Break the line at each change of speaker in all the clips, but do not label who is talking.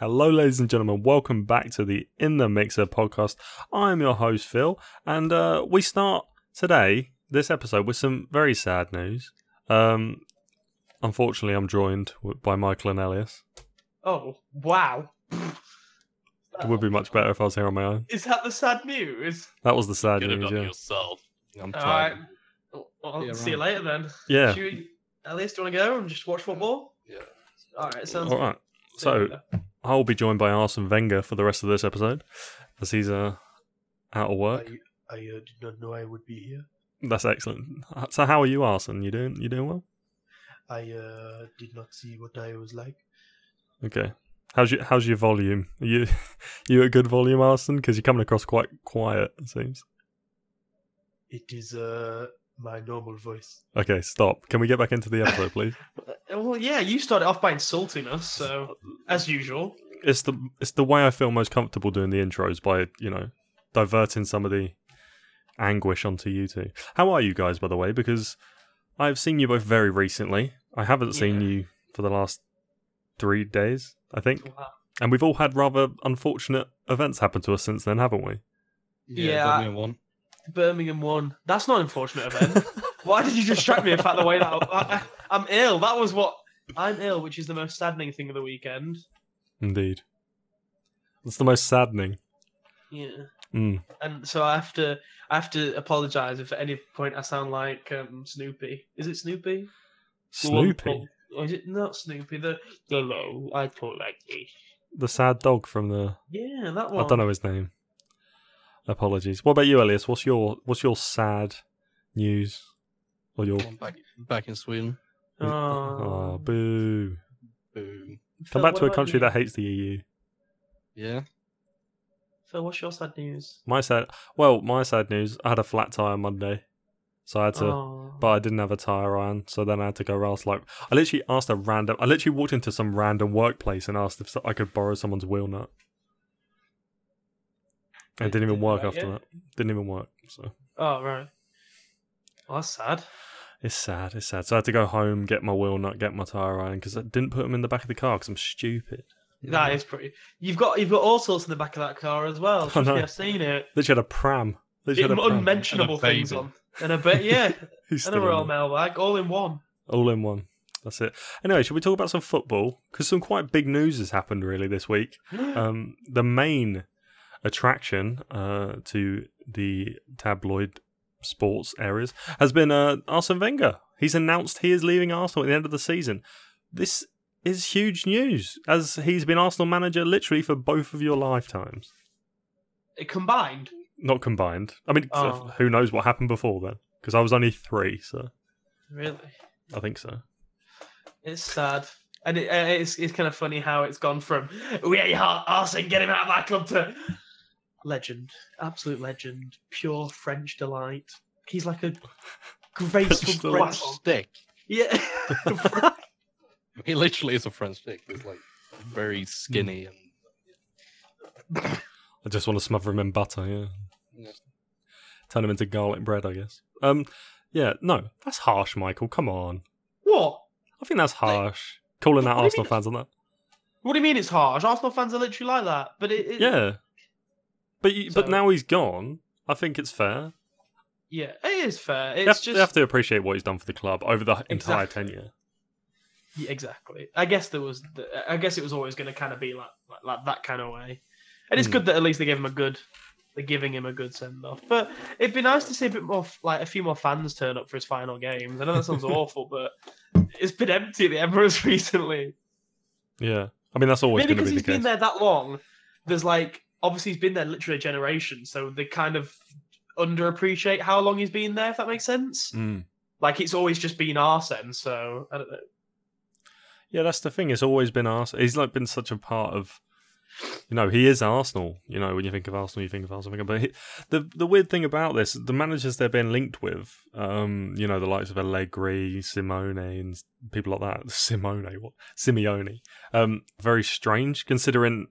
Hello, ladies and gentlemen. Welcome back to the In the Mixer podcast. I'm your host, Phil, and uh, we start today, this episode, with some very sad news. Um, unfortunately, I'm joined w- by Michael and Elias.
Oh, wow.
It would be much better if I was here on my own.
Is that the sad news?
That was the sad
Could have
news.
done it
Yeah.
yourself. I'm
Uh,
Alright.
tired.
Well, I'll
Yeah,
see you later then.
yeah.
Should we, Elias, do you want to go and just watch football?
Yeah.
Alright, sounds
All right. So I'll be joined by Arsene Wenger for the rest of this episode, as he's uh, out of work.
I uh, did not know I would be here.
That's excellent. So how are you, Arsene? You doing? You doing well?
I uh, did not see what I was like.
Okay. How's your How's your volume? Are you you at good volume, Arsene? Because you're coming across quite quiet. It seems.
It is uh, my normal voice.
Okay, stop. Can we get back into the episode, please?
Uh, Well, yeah, you started off by insulting us, so as usual.
it's the It's the way I feel most comfortable doing the intros by you know diverting some of the anguish onto you two. How are you guys, by the way? Because I've seen you both very recently. I haven't seen
Yeah.
you for the last three days, I think,
Wow.
and we've all had rather unfortunate events happen to us since then, haven't we?
Yeah.
Birmingham won.
Birmingham won. That's not an unfortunate event. Why did you distract me in fact the way that I, I, am ill? That was what I'm ill, which is the most saddening thing of the weekend.
Indeed. It's the most saddening.
Yeah.
Mm.
And so I have to I have to apologize if at any point I sound like um, Snoopy. Is it Snoopy? The one-
Snoopy,
oh, is it not Snoopy? The the low. I talk like this.
the sad dog from the
Yeah, that
I
one.
don't know his name. Apologies. What about you, Elias? What's your what's your sad news? Or your
Won Back, back in Sweden.
Oh,
Oh, boo.
Boom.
Come
Phil,
back
what
to a
about
country
you?
that hates the E EU.
Yeah.
Phil, what's your sad news?
My sad well, my sad news, I had a flat tire Monday. So I had to
Oh.
but I didn't have a tire iron, so then I had to go ask like I literally asked a random I literally walked into some random workplace and asked if I could borrow someone's wheel nut. And it didn't even work
Right,
after
yeah.
that. Didn't even work. So
Oh right. Well, that's sad.
it's sad. It's sad. So I had to go home, get my wheel nut, get my tire iron because I didn't put them in the back of the car because I'm stupid.
That is pretty. You've got you've got all sorts in the back of that car as well. Trust
know.
me, I've seen it.
Literally had a pram. Literally had a pram.
unmentionable
And a baby.
things on. And a bit, yeah,
He's
and
still
a
in
royal
it.
mailbag, all in one.
All in one. That's it. Anyway, should we talk about some football? Because some quite big news has happened really this week. Um, the main attraction uh, to the tabloid sports areas has been uh, Arsene Wenger. He's announced he is leaving Arsenal at the end of the season. This is huge news, as he's been Arsenal manager literally for both of your lifetimes.
It combined.
Not combined. I mean,
Oh.
who knows what happened before then? Because I was only three, so
Really,
I think so.
it's sad. And it, uh, it's, it's kind of funny how it's gone from we hate Har- Arsene, get him out of my club to legend, absolute legend, pure French delight. He's like a
French
graceful
delight.
French.
French stick.
Yeah,
He literally is a French stick. He's like very skinny and
I just want to smother him in butter, yeah.
Yeah.
Turn him into garlic bread, I guess. Um, yeah, no, that's harsh, Michael. Come on,
what?
I think that's harsh. Calling out
What do you
Arsenal
mean?
fans on that,
What do you mean it's harsh? Arsenal fans are literally like that. But it, it
yeah. But you, but
So-
now he's gone. I think it's fair.
yeah, it is fair. It's
You have,
just
you have to appreciate what he's done for the club over the entire
Exactly.
tenure.
Yeah, exactly. I guess there was. The, I guess it was always going to kind of be like, like like that kind of way, and it's
Hmm.
good that at least they gave him a good. They're giving him a good send off, but it'd be nice to see a bit more, f- like a few more fans turn up for his final games. I know that sounds awful, but it's been empty at the Emirates recently.
Yeah, I mean that's always
Maybe
going to
because
be
he's
the case.
been there that long. There's like obviously he's been there literally a generation, so they kind of underappreciate how long he's been there. If that makes sense,
Mm.
like it's always just been Arsene. So I don't know.
Yeah, that's the thing. It's always been Arsenal. He's like been such a part of. You know, he is Arsenal. You know, when you think of Arsenal, you think of Arsenal. But he, the the weird thing about this, the managers they're being linked with, um, you know, the likes of Allegri, Simone, and people like that. Simone, what? Simeone. Um, very strange considering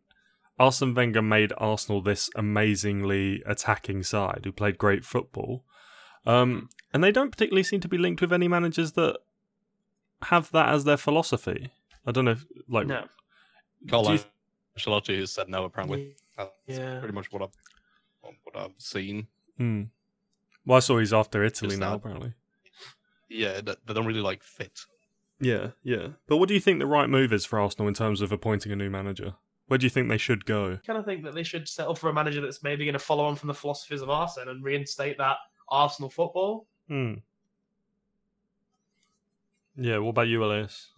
Arsene Wenger made Arsenal this amazingly attacking side who played great football. Um, and they don't particularly seem to be linked with any managers that have that as their philosophy. I don't know, if, like,
no,
do you,
Colo. Ancelotti who said no. Apparently, that's
Yeah.
pretty much what I've what I've seen.
Hmm. Well, I saw he's after Italy
Just
now,
that.
apparently.
Yeah, they, they don't really like fit.
Yeah, yeah. But what do you think the right move is for Arsenal in terms of appointing a new manager? Where do you think they should go?
kind of think that they should settle for a manager that's maybe going to follow on from the philosophies of Arsene and reinstate that Arsenal football.
Hmm. Yeah, what about you, Elias?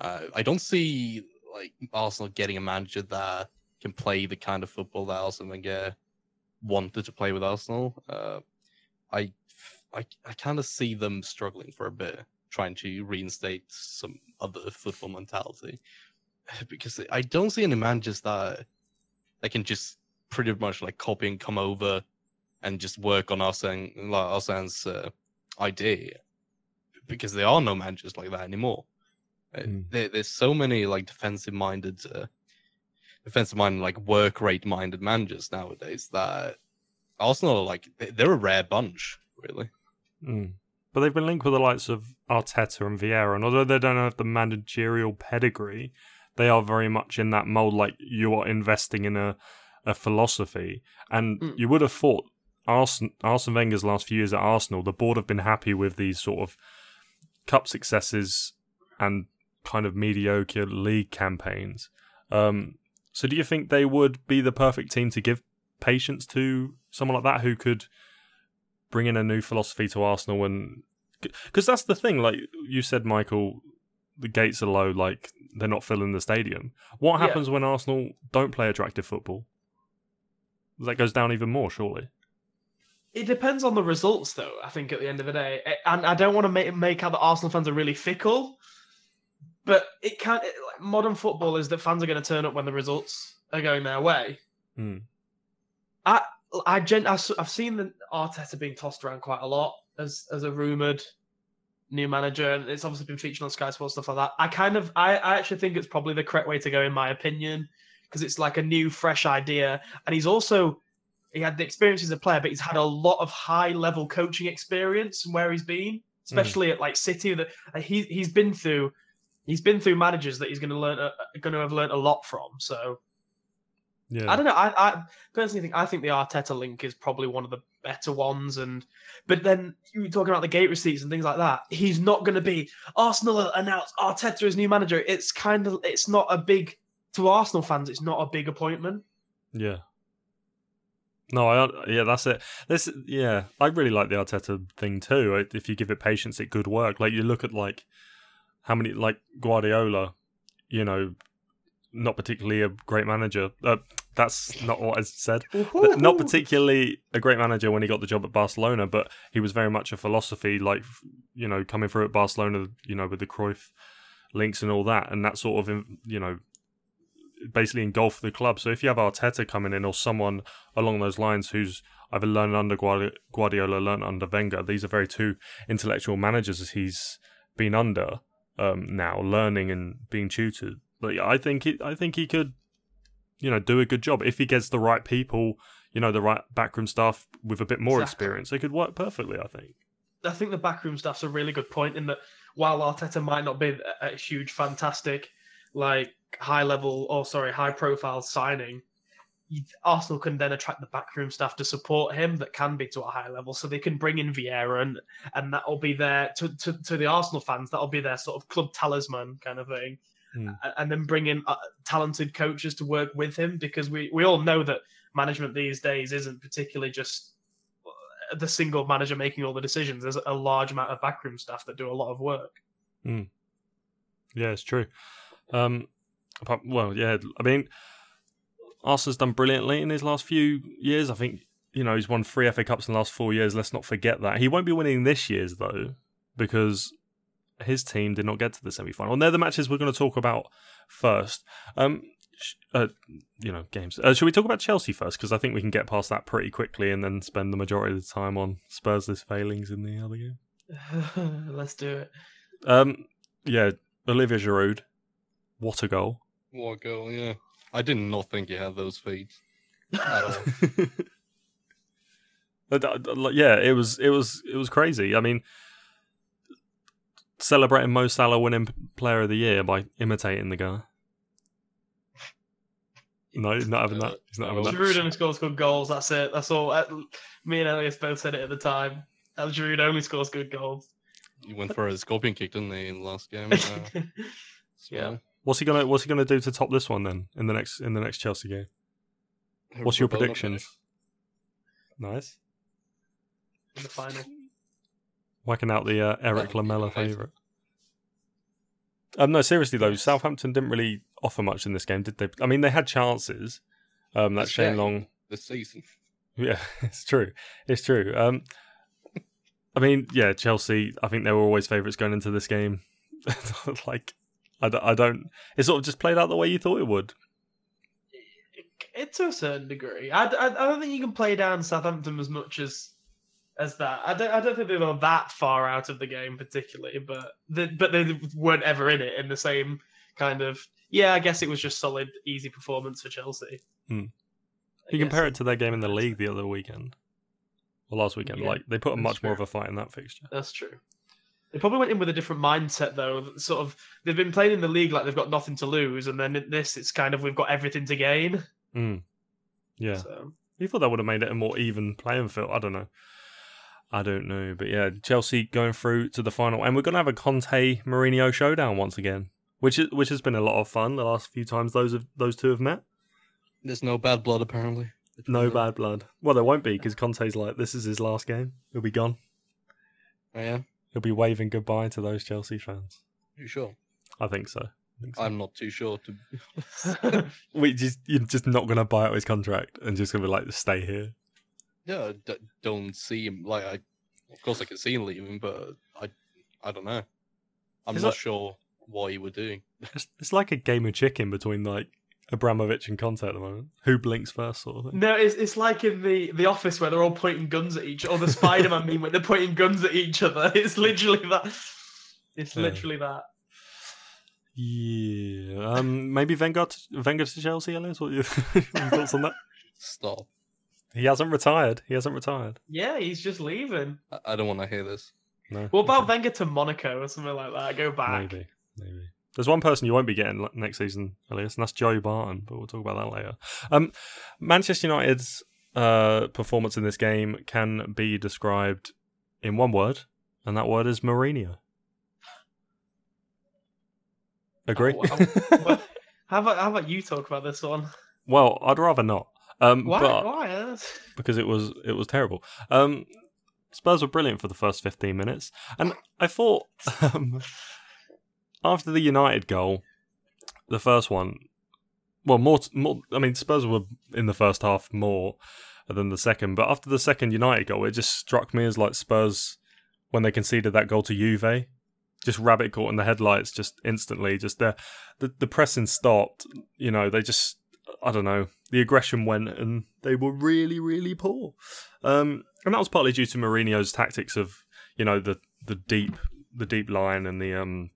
Uh, I don't see like Arsenal getting a manager that can play the kind of football that Arsene Wenger wanted to play with Arsenal. Uh, I, I, I kind of see them struggling for a bit, trying to reinstate some other football mentality, because I don't see any managers that that can just pretty much like copy and come over and just work on Arsene like Arsene's uh, idea, because there are no managers like that anymore. Uh,
Mm.
There, there's so many like defensive minded, uh, defensive minded like work rate minded managers nowadays that Arsenal are like they- they're a rare bunch, really.
Mm. But they've been linked with the likes of Arteta and Vieira, and although they don't have the managerial pedigree, they are very much in that mold. Like you are investing in a, a philosophy, and
Mm.
you would have thought Arsene, Arsene Wenger's last few years at Arsenal, the board have been happy with these sort of cup successes and kind of mediocre league campaigns. Um, so, do you think they would be the perfect team to give patience to someone like that who could bring in a new philosophy to Arsenal and because that's the thing like you said Michael the gates are low like they're not filling the stadium what
Yeah.
happens when Arsenal don't play attractive football that goes down even more surely
It depends on the results, though. I think at the end of the day, A- and I don't want to make make out that Arsenal fans are really fickle, but it can't. It, like, modern football is that fans are going to turn up when the results are going their way.
Hmm.
I I gen, I, have seen the Arteta being tossed around quite a lot as as a rumored new manager, and it's obviously been featured on Sky Sports stuff like that. I kind of I, I actually think it's probably the correct way to go in my opinion because it's like a new fresh idea, and he's also he had the experience as a player, but he's had a lot of high level coaching experience from where he's been, especially at like City. That like, he he's been through, he's been through managers that he's going to learn uh, going to have learned a lot from. So
yeah
I don't know. I, I personally think I think the Arteta link is probably one of the better ones. And but then you were talking about the gate receipts and things like that. He's not going to be Arsenal announced Arteta as new manager. It's kind of it's not a big to Arsenal fans. It's not a big appointment.
yeah no I yeah that's it this yeah I really like the Arteta thing too I- if you give it patience it could work like you look at like how many like Guardiola you know not particularly a great manager uh, that's not what I said Th- not particularly a great manager when he got the job at Barcelona, but he was very much a philosophy, like f- you know, coming through at Barcelona, you know, with the Cruyff links and all that, and that sort of in- you know, basically engulfed the club. So if you have Arteta coming in or someone along those lines who's either learned under Guardi- Guardiola, learned under Wenger, these are very two intellectual managers as he's been under um, now, learning and being tutored. But I think he, I think he could, you know, do a good job if he gets the right people, you know, the right backroom staff with a bit more
Exactly.
experience. It could work perfectly, I think.
I think the backroom staff's a really good point in that while Arteta might not be a, a huge, fantastic, like high level or sorry, high profile signing, you- Arsenal can then attract the backroom staff to support him that can be to a high level. So they can bring in Vieira and and that'll be their to, to, to the Arsenal fans, that'll be their sort of club talisman kind of thing.
Hmm.
A- And then bring in uh, talented coaches to work with him because we, we all know that management these days isn't particularly just the single manager making all the decisions. There's a large amount of backroom staff that do a lot of work.
Yeah, it's true. Um, apart, well, yeah, I mean, Arsenal's done brilliantly in his last few years. I think you know he's won three FA Cups in the last four years. Let's not forget that he won't be winning this year's though because his team did not get to the semi final. And they're the matches we're going to talk about first. Um, sh- uh, you know, games. Uh, should we talk about Chelsea first? Because I think we can get past that pretty quickly and then spend the majority of the time on Spurs' failings in the other game.
Let's do it.
Um, yeah, Olivia Giroud. What a goal!
What a goal, yeah. I did not think he had those feet. at all.
Uh, d- d- like, yeah, it was it was it was crazy. I mean, celebrating Mo Salah winning P- Player of the Year by imitating the guy. No, he's not having
Uh,
that. He's not having that.
Giroud only scores good goals. That's it. That's all. Uh, Me and Elias both said it at the time. Uh, Giroud only scores good goals.
He went for a scorpion kick, didn't he, in the last game? Uh,
Yeah.
What's he gonna What's he gonna do to top this one then in the next in the next Chelsea game? What's your predictions? Nice,
in the final.
whacking out the uh, Eric
That'll be
Lamella
nice.
favourite. Um, no, seriously though,
Yes.
Southampton didn't really offer much in this game, did they? I mean, they had chances. Um, that
Yes,
Shane
yeah.
Long
This season.
Yeah, it's true. It's true. Um, I mean, yeah, Chelsea. I think they were always favourites going into this game. like, I, d- I don't. It sort of just played out the way you thought it would.
It, to a certain degree. I, I, I don't think you can play down Southampton as much as as that. I don't, I don't think they were that far out of the game particularly, but they, but they weren't ever in it in the same kind of. Yeah, I guess it was just solid, easy performance for Chelsea.
Hmm.
I
You
guess
compare it to their game in the league the other weekend or last weekend.
Yeah,
like they put a
that's
much more of
fair.
a fight in that fixture.
That's true. They probably went in with a different mindset, though. that Sort of, they've been playing in the league like they've got nothing to lose, and then in this, it's kind of we've got everything to gain.
Mm. Yeah,
So,
you thought that would have made it a more even playing field. I don't know. I don't know, but yeah, Chelsea going through to the final, and we're gonna have a Conte Mourinho showdown once again, which is, which has been a lot of fun the last few times those have, those two have met.
There's no bad blood, apparently.
No bad blood. Well, there won't be because Conte's like, this is his last game. He'll be gone.
Oh, yeah?
He'll be waving goodbye to those Chelsea fans.
You sure?
I think so. I think so.
I'm not too sure. To...
We just you're just not gonna buy out his contract and just gonna be like, stay here.
Yeah, d- don't see him. Like, I, of course, I can see him leaving, but I, I don't know. I'm
He's
not
not-
sure what he would do.
It's, it's like a game of chicken between like Abramovich and Conte at the moment. Who blinks first, sort of thing.
no, it's, it's like in the, the office where they're all pointing guns at each, or the Spider Man meme where they're pointing guns at each other. It's literally that. It's
Yeah.
literally that.
Yeah. Um. Maybe Wenger to, Wenger to Chelsea. Elias, what are your your thoughts on that?
Stop.
He hasn't retired. He hasn't retired.
Yeah, he's just leaving.
I, I don't want to hear this.
No.
What about Wenger to Monaco or something like that? Go back. Oh,
Maybe, maybe. There's one person you won't be getting l- next season, Elias, and that's Joe Barton. But we'll talk about that later. Um, Manchester United's uh, performance in this game can be described in one word, and that word is Mourinho. Agree?
Oh, wow. how, about, how about you talk about this one?
well, I'd rather not. Um,
Why?
But
Why?
because it was it was terrible. Um, Spurs were brilliant for the first 15 minutes, and I thought um, after the United goal, the first one, well, more, more. I mean, Spurs were in the first half more than the second, but after the second United goal, it just struck me as like Spurs when they conceded that goal to Juve. Just rabbit caught in the headlights, just instantly. Just the, the the pressing stopped. You know, they just I don't know, the aggression went and they were really, really poor. Um, and that was partly due to Mourinho's tactics of, you know, the, the deep the deep line and the um,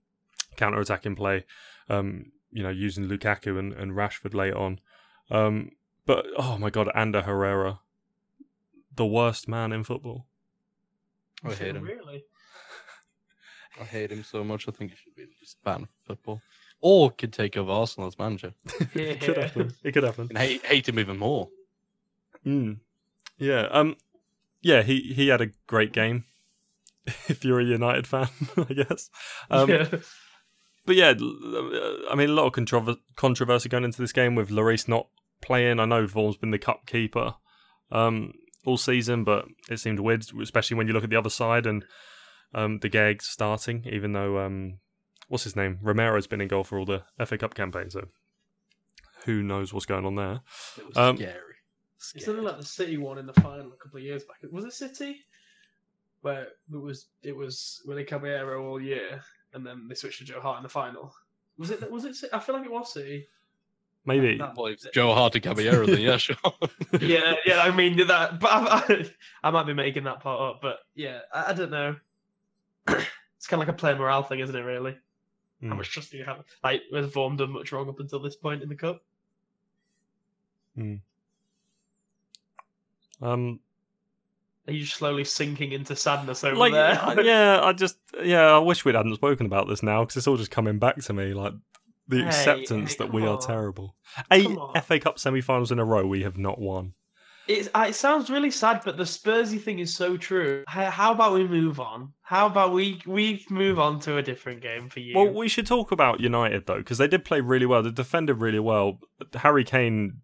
counter attacking play, um, you know, using Lukaku and, and Rashford later on. Um, but oh my god, Ander Herrera, the worst man in football.
I hate him.
Really?
I hate him so much. I think he should be just banned from football, or could take over Arsenal as manager
It could happen. It could happen.
and hate, hate him even more.
Mm. Yeah. Um. Yeah. He he had a great game. If you're a United fan, I guess. Um,
yeah.
But yeah, l- uh, I mean, a lot of controver- controversy going into this game with Lloris not playing. I know Vaughan's been the cup keeper um, all season, but it seemed weird, especially when you look at the other side and um, the gag starting, even though, um, what's his name? Romero's been in goal for all the FA Cup campaign, so who knows what's going on there.
It was
Um,
scary.
It's something
Scary.
like the City one in the final a couple of years back. Was it City? Where it was it was Willie Caballero all year, and then they switched to Joe Hart in the final. Was it? Was it? Ci- I feel like it was City.
Maybe.
That-
Well, it's Joe Hart to Caballero, then yeah, sure.
yeah, yeah. I mean that, but I, I, I might be making that part up. But yeah, I, I don't know. it's kind of like a player morale thing, isn't it? Really, how
Mm.
much trust do you have? Like, has Vaughan done much wrong up until this point in the cup?
Um,
Are you slowly sinking into sadness over
like,
there?
yeah, I just, yeah, I wish we hadn't spoken about this now because it's all just coming back to me. Like, the
Hey,
acceptance
hey,
that we
come
are
on.
terrible. Eight
Come on.
FA Cup semi-finals in a row we have not won.
It's, uh, it sounds really sad, but the Spursy thing is so true. H- How about we move on? How about we we move on to a different game for you?
Well, we should talk about United though, because they did play really well. They defended really well. Harry Kane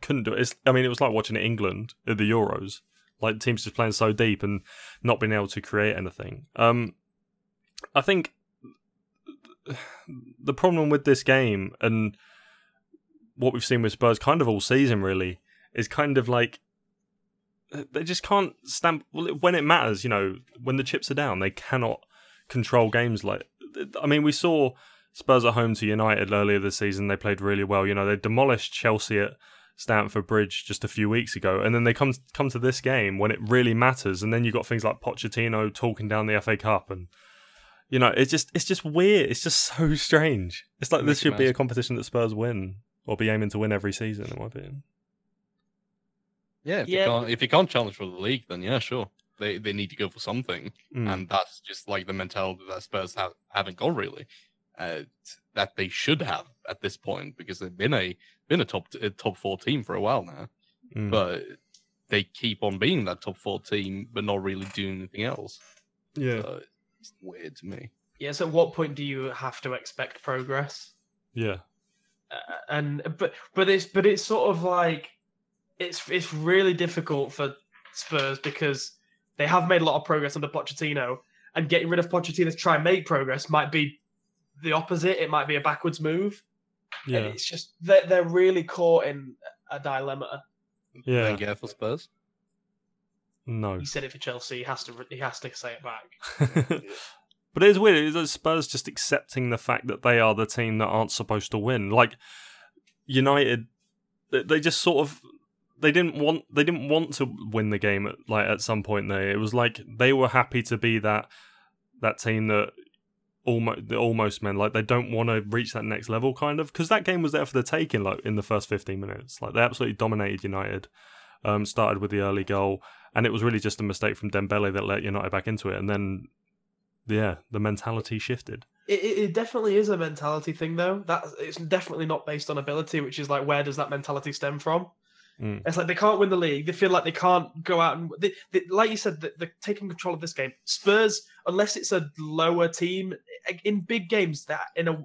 couldn't do it. It's, I mean, it was like watching England at the Euros. Like teams just playing so deep and not being able to create anything. Um, I think the problem with this game and what we've seen with Spurs, kind of all season really, is kind of like they just can't stamp well, when it matters. You know, when the chips are down, they cannot control games like I mean, we saw Spurs at home to United earlier this season. They played really well. You know, they demolished Chelsea at Stamford Bridge just a few weeks ago, and then they come come to this game when it really matters. And then you have got things like Pochettino talking down the FA Cup, and you know, it's just it's just weird. It's just so strange. It's like this
Mickey
should be
Mouse.
a competition that Spurs win or be aiming to win every season, in my opinion.
Yeah, if,
Yeah.
You can't, if you can't challenge for the league, then yeah, sure. They they need to go for something,
Mm.
and that's just like the mentality that Spurs have, haven't got really, uh, that they should have at this point because they've been a been a top a top four team for a while now,
Mm.
but they keep on being that top four team but not really doing anything else.
yeah,
So it's weird to me.
yes. At what point do you have to expect progress?
yeah,
Uh, and but but it's but it's sort of like it's it's really difficult for Spurs because they have made a lot of progress under Pochettino, and getting rid of Pochettino to try and make progress might be the opposite. It might be a backwards move.
yeah,
And it's just they're, they're really caught in a dilemma.
yeah.
Thank you for Spurs.
No,
He said it for Chelsea. He has to. He has to say it back.
but it is weird. It's like Spurs just accepting the fact that they are the team that aren't supposed to win. Like United, they- they just sort of they didn't want they didn't want to win the game. At, like at some point, there it was like they were happy to be that that team that almost the almost men like they don't want to reach that next level kind of because that game was there for the taking like in the first 15 minutes like they absolutely dominated united um started with the early goal and it was really just a mistake from dembele that let united back into it and then yeah, the mentality shifted.
It, it, it definitely is a mentality thing, though. That it's definitely not based on ability, which is like where does that mentality stem from?
Mm.
It's like they can't win the league. They feel like they can't go out and they, they, like you said, that they're taking control of this game. Spurs, unless it's a lower team in big games, that in a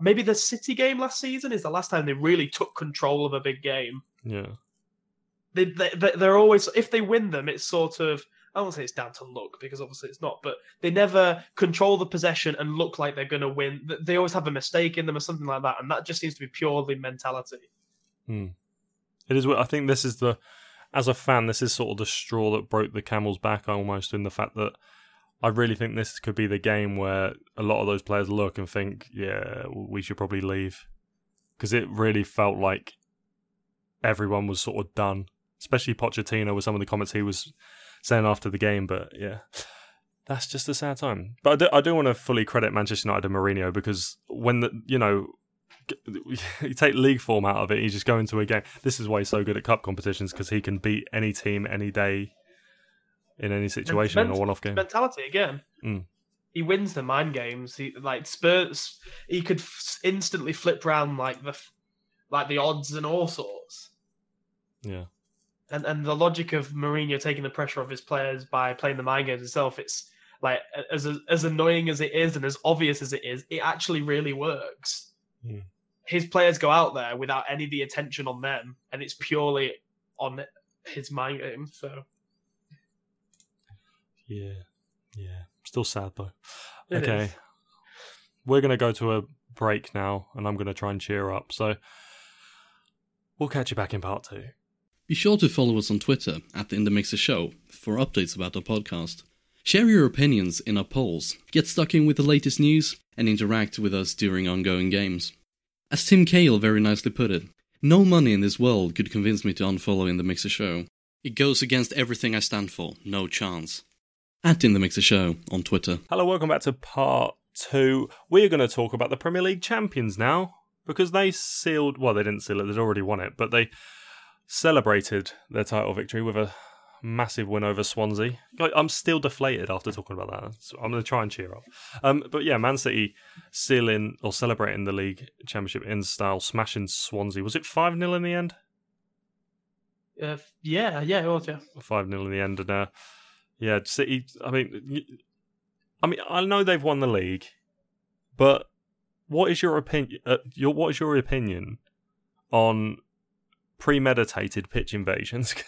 maybe the City game last season is the last time they really took control of a big game.
Yeah,
they, they they- they're always if they win them, it's sort of I won't say it's down to luck because obviously it's not, but they never control the possession and look like they're going to win. Th- They always have a mistake in them or something like that, and that just seems to be purely mentality.
it is. what- I think this is the, as a fan, this is sort of the straw that broke the camel's back almost in the fact that I really think this could be the game where a lot of those players look and think, yeah, we should probably leave. Because it really felt like everyone was sort of done, especially Pochettino with some of the comments he was saying after the game. But yeah, that's just a sad time. But I do, I do want to fully credit Manchester United and Mourinho because when the, you know, you take league form out of it, you just go into a game. This is why he's so good at cup competitions because he can beat any team any day in any situation in a
mental-
one off game.
Mentality again.
Mm.
He wins the mind games. He like Spurs. He could f- instantly flip round like the f- like the odds and all sorts.
Yeah.
and and the logic of Mourinho taking the pressure off his players by playing the mind games itself, it's like as as annoying as it is and as obvious as it is, it actually really works.
Hmm.
His players go out there without any of the attention on them, and it's purely on his mind game. So
Yeah, yeah. Still sad though.
it
okay,
is.
we're gonna go to a break now, and I'm gonna try and cheer up. So we'll catch you back in part two.
Be sure to follow us on Twitter at the In the Mixer Show for updates about our podcast. Share your opinions in our polls, get stuck in with the latest news, and interact with us during ongoing games. As Tim Cahill very nicely put it, no money in this world could convince me to unfollow In the Mixer Show. It goes against everything I stand for, no chance. At In the Mixer Show on Twitter.
Hello, welcome back to part two. We're gonna talk about the Premier League champions now because they sealed. Well, they didn't seal it; they'd already won it, but they celebrated their title victory with a massive win over Swansea. Like, I'm still deflated after talking about that. So I'm going to try and cheer up. Um, but yeah, Man City still in or celebrating the league championship in style, smashing Swansea. Was it 5 0 in the end?
Uh, yeah, yeah, it was, yeah.
5 0 in the end. And uh, yeah, City, I mean, y- I mean, I know they've won the league, but what is your opinion? Uh, your what is your opinion on premeditated pitch invasions?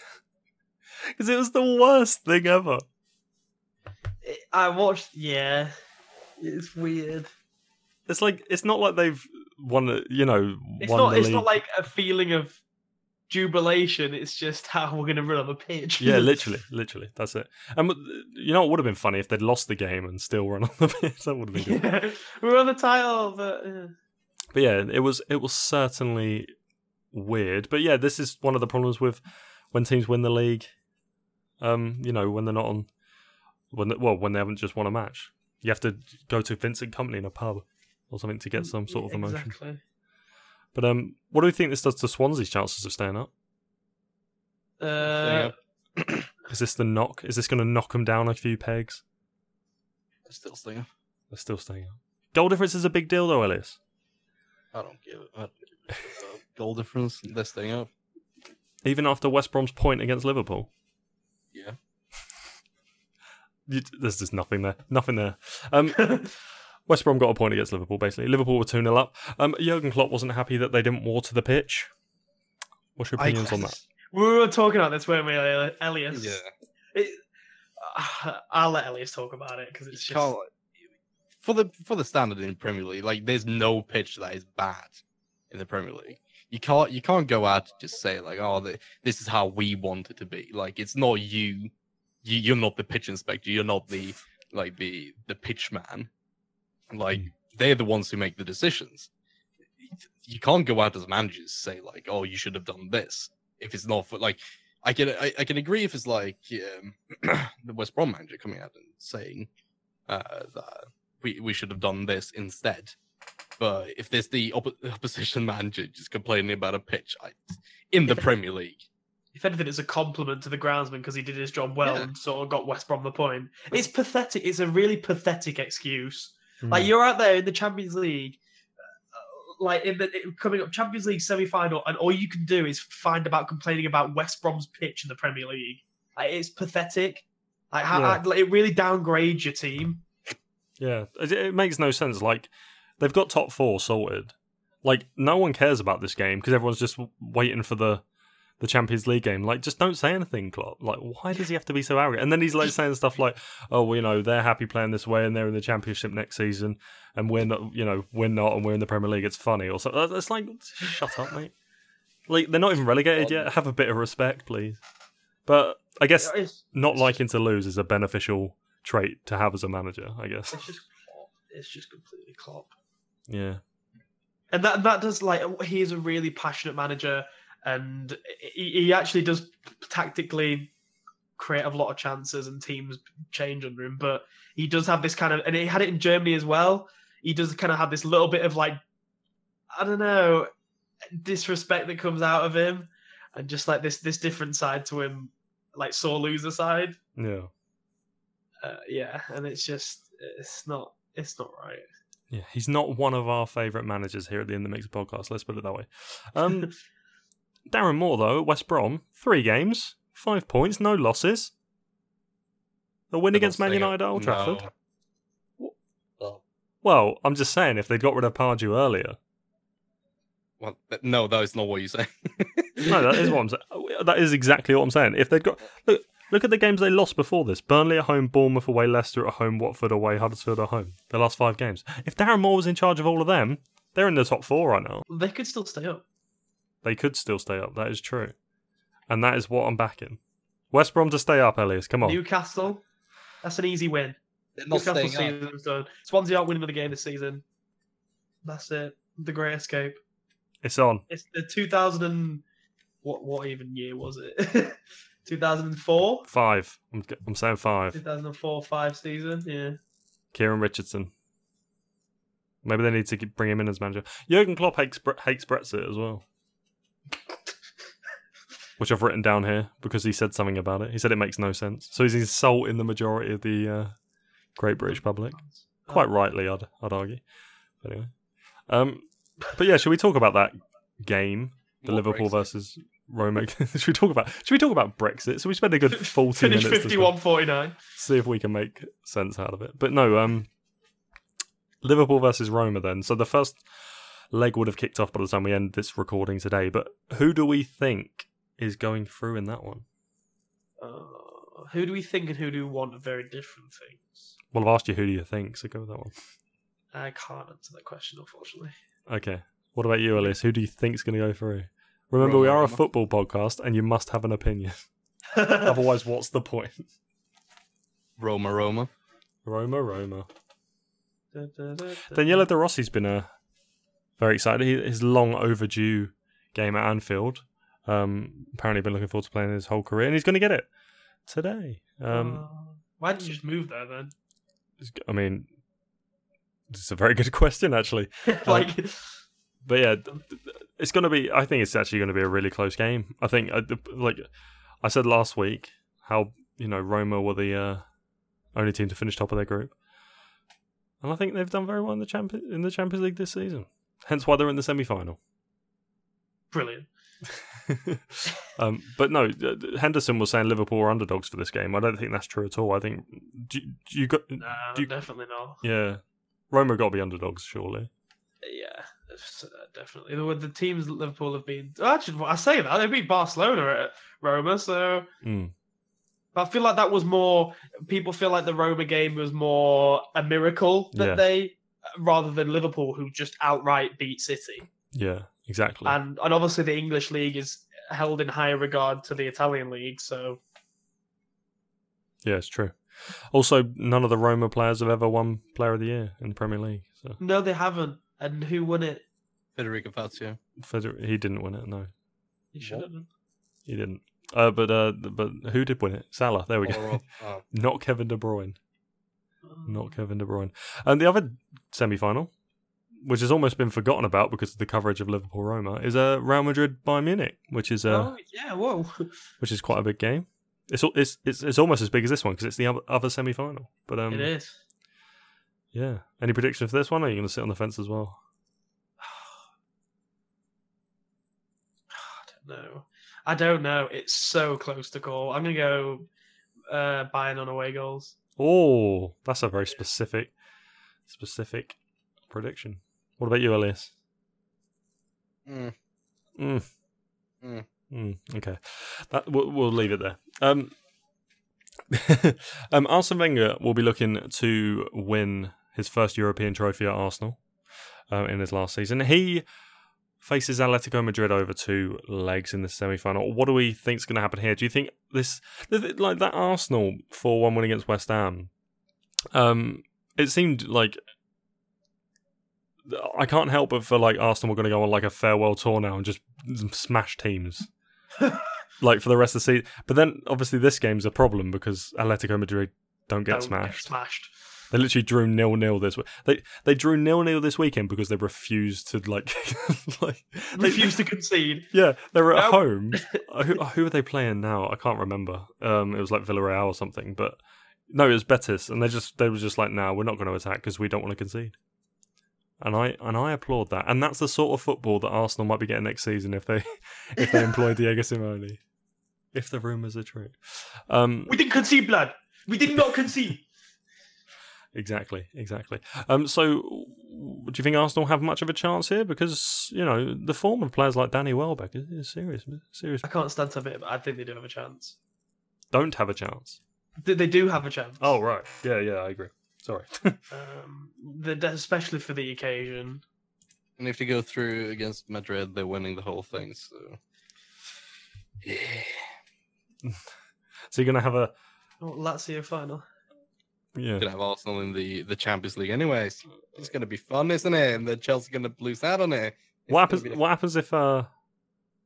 Because it was the worst thing ever.
It- I watched, yeah. It's weird.
It's like it's not like they've won. the- You know,
It's
won
not.
the
It's
league.
not like a feeling of jubilation. It's just how we're gonna run on the pitch.
yeah, literally, literally. That's it. And you know, it would have been funny if they'd lost the game and still run on the pitch. That would have been good.
Yeah. We're on the title, but uh, yeah.
But yeah, it was it was certainly weird. But yeah, this is one of the problems with when teams win the league. Um, you know, when they're not on, when they, well, when they haven't just won a match, you have to go to Vincent Company in a pub or something to get some sort of emotion.
Exactly.
But um, what do we think this does to Swansea's chances of staying up?
Uh,
Is this the knock? Is this going to knock them down a few pegs?
Still stinging.
They're still staying up. Goal difference is a big deal, though, Elias.
I don't give it. I don't give a shit about goal difference. They're staying up.
Even after West Brom's point against Liverpool.
Yeah.
You- There's just nothing there. Nothing there. Um, West Brom got a point against Liverpool, basically. Liverpool were 2 0 up. Um, Jurgen Klopp wasn't happy that they didn't water the pitch. What's your
I-
opinions on that?
we were talking about this, weren't we, Eli- Elias?
Yeah.
It, I'll let Elias talk about it because it's
It's
just.
can't, like, for the for the standard in Premier League, like there's no pitch that is bad in the Premier League. You can't you can't go out and just say like, oh, the, this is how we want it to be. Like it's not you, you you're not the pitch inspector. You're not the like the the pitch man. Like
Mm.
they're the ones who make the decisions. You can't go out as managers say like, oh, you should have done this. If it's not for like, I can I, I can agree if it's like um, the West Brom manager coming out and saying uh, that we, we should have done this instead. But if there's the oppo- opposition manager just complaining about a pitch I, in the Premier League,
If anything, it's a compliment to the groundsman because he did his job well
Yeah.
and sort of got West Brom the point. It's pathetic. It's a really pathetic excuse. Like you're out there in the Champions League, uh, like in the coming up Champions League semi-final, and all you can do is find about complaining about West Brom's pitch in the Premier League. Like, it's pathetic. Like, how,
Yeah.
like, it really downgrades your team.
Yeah, it, it makes no sense. Like, they've got top four sorted. Like, no one cares about this game because everyone's just w- waiting for the the Champions League game. Like, just don't say anything, Klopp. Like, why does he have to be so arrogant? And then he's like saying stuff like, "Oh, well, you know, they're happy playing this way, and they're in the Championship next season, and we're not, you know, we're not, and we're in the Premier League. It's funny." Or something. It's like, shut up, mate. Like, they're not even relegated yet. Have a bit of respect, please. But I guess
It's,
not liking to lose is a beneficial trait to have as a manager. I guess.
it's just Klopp. It's just completely Klopp.
Yeah.
and that that does like he is a really passionate manager, and he, he actually does tactically create a lot of chances and teams change under him. But he does have this kind of, and he had it in Germany as well. He does kind of have this little bit of like, I don't know, disrespect that comes out of him, and just like this this different side to him, like sore loser side.
Yeah.
Uh, yeah, and it's just it's not it's not right.
Yeah. He's not one of our favourite managers here at the In the Mix podcast. Let's put it that way. Um, Darren Moore, though, at West Brom, three games, five points, no losses. A win
they're
against
not
Man
staying up.
United at Old Trafford.
No. Well,
Well, I'm just saying, if they'd got rid of Pardew earlier.
well, th- no, that is not what you say.
No, that is what I'm saying. That is exactly what I'm saying. If they'd got. Look, look at the games they lost before this Burnley at home, Bournemouth away, Leicester at home, Watford away, Huddersfield at home. The last five games. If Darren Moore was in charge of all of them, they're in the top four right now.
They could still stay up.
they could still stay up. That is true, and that is what I'm backing. West Brom to stay up, Elias. Come on.
Newcastle, that's an easy win.
They're not
Newcastle
staying up.
season's done. Swansea aren't winning another game this season. That's it. The Grey Escape.
It's on.
It's the 2000 and what what even year was it? 2004,
Five. I'm, g- I'm saying five.
2004 five season. Yeah.
Kieran Richardson. Maybe they need to get- bring him in as manager. Jurgen Klopp hates, Bre- hates Brexit as well. which I've written down here because he said something about it. He said it makes no sense. So he's insulting the majority of the uh, great British public. Quite
Oh.
rightly, I'd, I'd argue. But anyway. Um, but yeah, should we talk about that game? The
What
Liverpool
Brexit?
versus Roma. should we talk about should we talk about Brexit? So we spend a good 40
Finish
minutes this
51 49.
see if we can make sense out of it. But no, um, Liverpool versus Roma. Then, so the first leg would have kicked off by the time we end this recording today. But who do we think is going through in that one?
Uh, who do we think and who do we want are very different things.
Well, I've asked you who do you think, so go with that one.
I can't answer that question, unfortunately.
Okay. What about you, Alice? Who do you think's going to go through? Remember, we
Roma,
are a
Roma.
football podcast, and you must have an opinion. Otherwise, what's the point?
Roma, Roma.
Roma, Roma. Daniela
Daniela.
De Rossi's been uh, very excited. He, his long overdue game at Anfield. Um, apparently, been looking forward to playing his whole career, and he's going to get it today. Um,
Uh, why did you just move there then?
it's- I mean, it's a very good question, actually.
like,
But yeah, th- th- it's going to be. I think it's actually going to be a really close game. I think, uh, the- like I said last week, how you know Roma were the uh, only team to finish top of their group, and I think they've done very well in the champion in the Champions League this season. Hence why they're in the semi final.
brilliant.
um, but no, uh, Henderson was saying Liverpool are underdogs for this game. I don't think that's true at all. I think do, do you got
No,
do you-
definitely not.
yeah, Roma got to be underdogs surely.
Yeah, it's, uh, definitely. The, the teams that Liverpool have been. Actually, I say that they beat Barcelona at Roma, so
Mm.
but I feel like that was more. People feel like the Roma game was more a miracle that
Yeah.
they, rather than Liverpool, who just outright beat City.
Yeah, exactly.
And and obviously the English league is held in higher regard to the Italian league, so
yeah, it's true. Also, none of the Roma players have ever won Player of the Year in the Premier League. So
no, they haven't. And who won it?
Federico Fazio.
Feder- he didn't win it. No,
They should have. done.
he didn't. Uh, but uh, but who did win it? Salah. There we go.
Or, oh,
Not Kevin De Bruyne. Not Kevin De Bruyne. And the other semi final, which has almost been forgotten about because of the coverage of Liverpool Roma, is uh, Real Madrid by Munich, which is uh,
Oh yeah, whoa.
which is quite a big game. It's al- it's it's, it's almost as big as this one because it's the oth- other semi final. But um,
it is.
yeah. Any prediction for this one? Or are you going to sit on the fence as well?
No, I don't know. It's so close to call. I'm gonna go uh, Bayern on away goals.
Oh, that's a very specific specific prediction. What about you, Elias?
mm,
Mm.
Mm.
Mm, okay. That we'll, we'll leave it there. Um, um, Arsene Wenger will be looking to win his first European trophy at Arsenal um, in his last season. He faces Atletico Madrid over two legs in the semi-final. What do we think's going to happen here? Do you think this th- th- like that Arsenal 4-1 win against West Ham? Um, it seemed like I can't help but feel like Arsenal were going to go on like a farewell tour now and just smash teams, like for the rest of the season. But then obviously this game's a problem because Atletico Madrid don't get
Don't
smashed.
smashed.
They literally drew nil nil this. week. They they drew nil nil this weekend because they refused to like like they
Refuse to concede.
yeah, they were at
No.
home. Uh, who, who are they playing now? I can't remember. Um, it was like Villarreal or something, but no, it was Betis, and they just they were just like, "No, we're not going to attack because we don't want to concede." And I and I applaud that, and that's the sort of football that Arsenal might be getting next season if they if they employ Diego Simeone, if the rumours are true. Um,
We didn't concede, blood. We did not concede.
Exactly, exactly. Um, so, do you think Arsenal have much of a chance here? Because you know the form of players like Danny Welbeck is, is serious, serious.
I can't stand to admit, but I think they do have a chance.
Don't have a chance.
They- They do have a chance.
Oh right, yeah, yeah, I agree. Sorry.
Um, the, especially for the occasion.
and if you go through against Madrid, they're winning the whole thing. So, yeah.
so you're gonna have a
Oh, Lazio final.
yeah.
gonna have Arsenal in the, the Champions League anyway. So it's gonna be fun, isn't it? And then Chelsea gonna lose out on it. It's
What
gonna
happens?
be-
What happens if uh?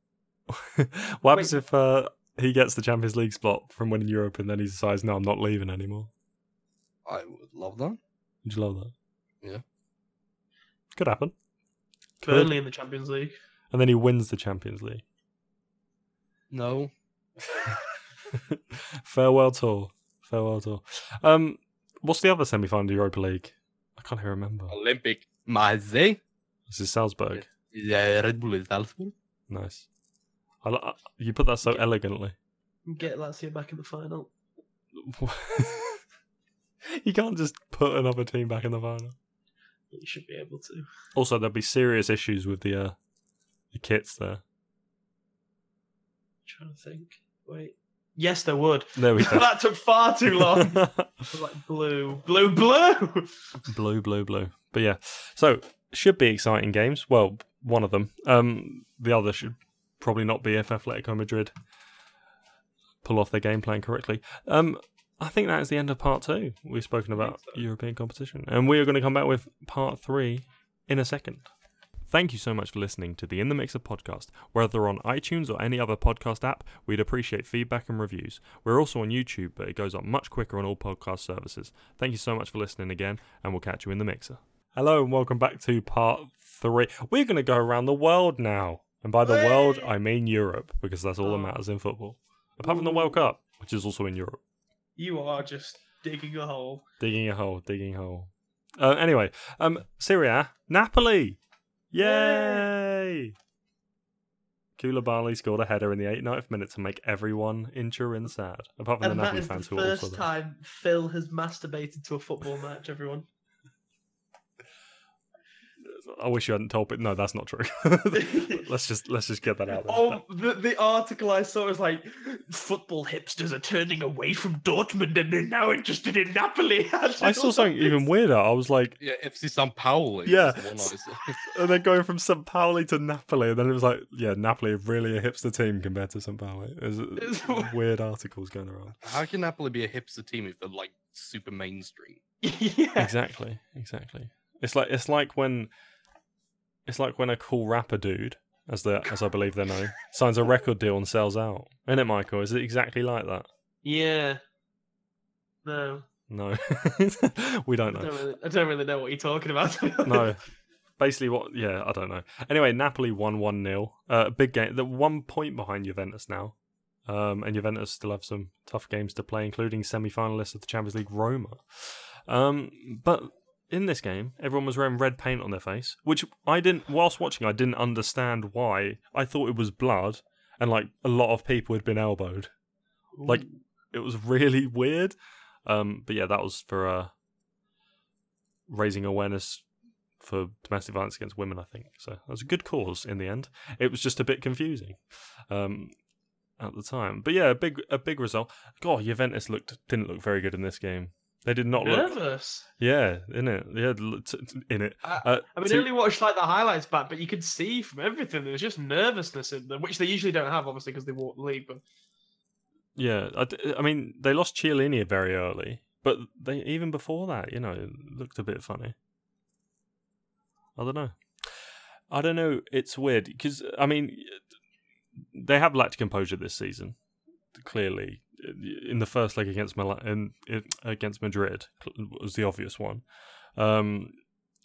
what happens if uh he gets the Champions League spot from winning Europe and then he decides no, I'm not leaving anymore?
I would love that.
Would you love that?
Yeah.
Could happen. Could.
Burnley in the Champions League.
And then he wins the Champions League.
No.
Farewell tour. Farewell tour. Um, what's the other semi final Europa League? I can't even remember.
Olympic. Maze.
This is Salzburg.
Yeah, Red Bull is Salzburg.
Nice. I, li- I- you put that so elegantly.
Get Lazio back in the final.
you can't just put another team back in the final.
You should be able to.
Also, there'll be serious issues with the uh, the kits there.
trying to think. Wait. Yes, there would.
There we go.
that took far too long. like blue, blue, blue.
blue, blue, blue. But yeah, so should be exciting games. Well, one of them. Um, the other should probably not be if Atletico Madrid pull off their game plan correctly. Um, I think that is the end of part two. We've spoken about European competition, and we are going to come back with part three in a second. Thank you so much for listening to the In the Mixer podcast. Whether on iTunes or any other podcast app, we'd appreciate feedback and reviews. We're also on YouTube, but it goes up much quicker on all podcast services. Thank you so much for listening again, and we'll catch you in the mixer. Hello, and welcome back to part three. We're going to go around the world now. And by the world, I mean Europe, because that's all that matters in football. Apart from the World Cup, which is also in Europe.
You are just digging a hole.
Digging a hole, digging a hole. Uh, anyway, um, Serie A, Napoli! Yay! Koulibaly scored a header in the 89th minute to make everyone in Turin sad, apart from
and
the
that
Napoli
is the
fans who were also
first
there.
time Phil has masturbated to a football match. Everyone.
I wish you hadn't told me. No, that's not true. let's just let's just get that out. There.
Oh, the, the article I saw was like, football hipsters are turning away from Dortmund and they're now interested in Napoli.
I saw something even weirder. I was like,
Yeah, FC San Paolo. is
Yeah.
the one I was-
and then going from St. Pauli to Napoli, and then it was like, yeah, Napoli are really a hipster team compared to St. Pauli. There's
It's-
weird articles going around.
How can Napoli be a hipster team if they're like super mainstream?
yeah.
Exactly, exactly. It's like it's like when it's like when a cool rapper dude, as the as I believe they're known, signs a record deal and sells out. Isn't it, Michael? Is it exactly like that?
Yeah. No,
No, we don't
I
know.
don't, really, I don't really know what you're talking about.
no. Basically, what? Yeah, I don't know. Anyway, Napoli won one 0 Uh, big game. The one point behind Juventus now, um, and Juventus still have some tough games to play, including semi-finalists of the Champions League, Roma. Um, but in this game, everyone was wearing red paint on their face, which I didn't. Whilst watching, I didn't understand why. I thought it was blood, and like a lot of people had been elbowed. Like it was really weird. Um, but yeah, that was for uh, raising awareness for domestic violence against women, I think. So that was a good cause in the end. It was just a bit confusing um, at the time, but yeah, a big a big result. God, Juventus looked didn't look very good in this game. They did not look.
nervous.
Yeah, in it. Yeah, l- t- t- in it.
I-
Uh,
I mean,
two-
I only watched like the highlights back, but you could see from everything there was just nervousness in them, which they usually don't have, obviously, because they walk the league. But
Yeah, I, d- I mean they lost Chiellini very early, but they even before that, you know, it looked a bit funny. I don't know. I don't know. It's weird because I mean they have lacked composure this season. Clearly, in the first leg against Mil- in, in, against Madrid cl- was the obvious one, um,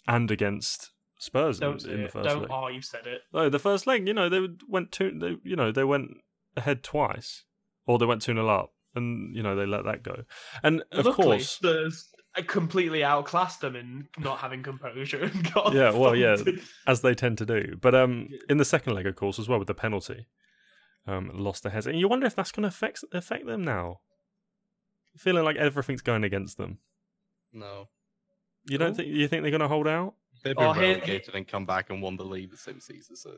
and against Spurs in,
don't, say
in the
it.
first
don't.
leg.
Oh, you've said it.
No, the first leg, you know, they went two. They, you know, they went ahead twice, or they went two 0 up, and you know they let that go. And of
Luckily,
course,
Spurs uh, completely outclassed them in not having composure and got
Yeah, well, yeah.
thumped.
as they tend to do. But um, in the second leg, of course, as well with the penalty, um, lost their heads, and you wonder if that's going to affect affect them now. Feeling like everything's going against them.
No.
You don't
Ooh.
think you think they're going to hold out?
They've been
Oh, here-
relegated and come back and won the league the same season, so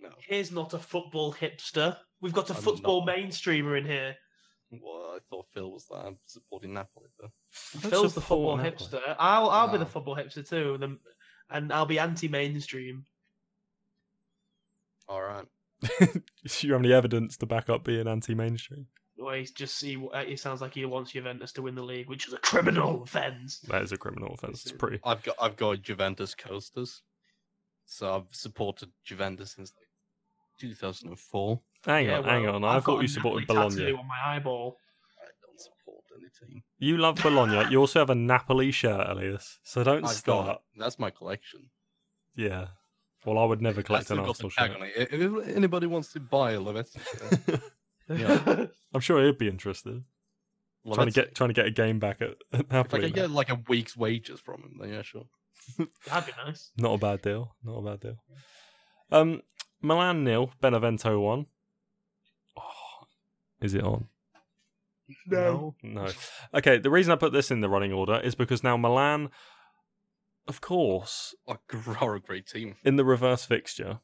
no.
Here's not a football hipster. We've got a
I'm
football
not.
mainstreamer in here.
Well, I thought Phil was that I'm supporting Napoli though.
Phil's the football
support
hipster. I'll I'll be
Wow.
Ah.
the football hipster too, and, and I'll be anti-mainstream.
Alright.
you have any evidence to back up being anti-mainstream?
Where he's just see. It sounds like he wants Juventus to win the league, which is a criminal offence.
That is a criminal offence. It's pretty.
I've got I've got Juventus coasters. So I've supported Juventus since like two thousand and four.
Hang
Yeah,
on, hang
well,
on. I
I've got
thought
a
you supported
Napoli
Bologna.
tattoo on my eyeball.
I don't support any team.
You love Bologna. you also have a Napoli shirt, Elias. So don't
I've
start.
got that's my collection.
Yeah. Well, I would never collect an
Still got the
Arsenal
tag
shirt.
on it. If if anybody wants to buy a Lovett, uh, Yeah.
I'm sure he'd be interested. trying to
Lovett-
get trying to get a game back at, at
If I
Napoli.
could get like a week's wages from him, then yeah, sure.
That'd be nice.
Not a bad deal. Not a bad deal. Um, Milan nil, Benevento one. Oh, is it on?
No.
No. Okay. The reason I put this in the running order is because now Milan, of course,
Like, are a great team.
in the reverse fixture,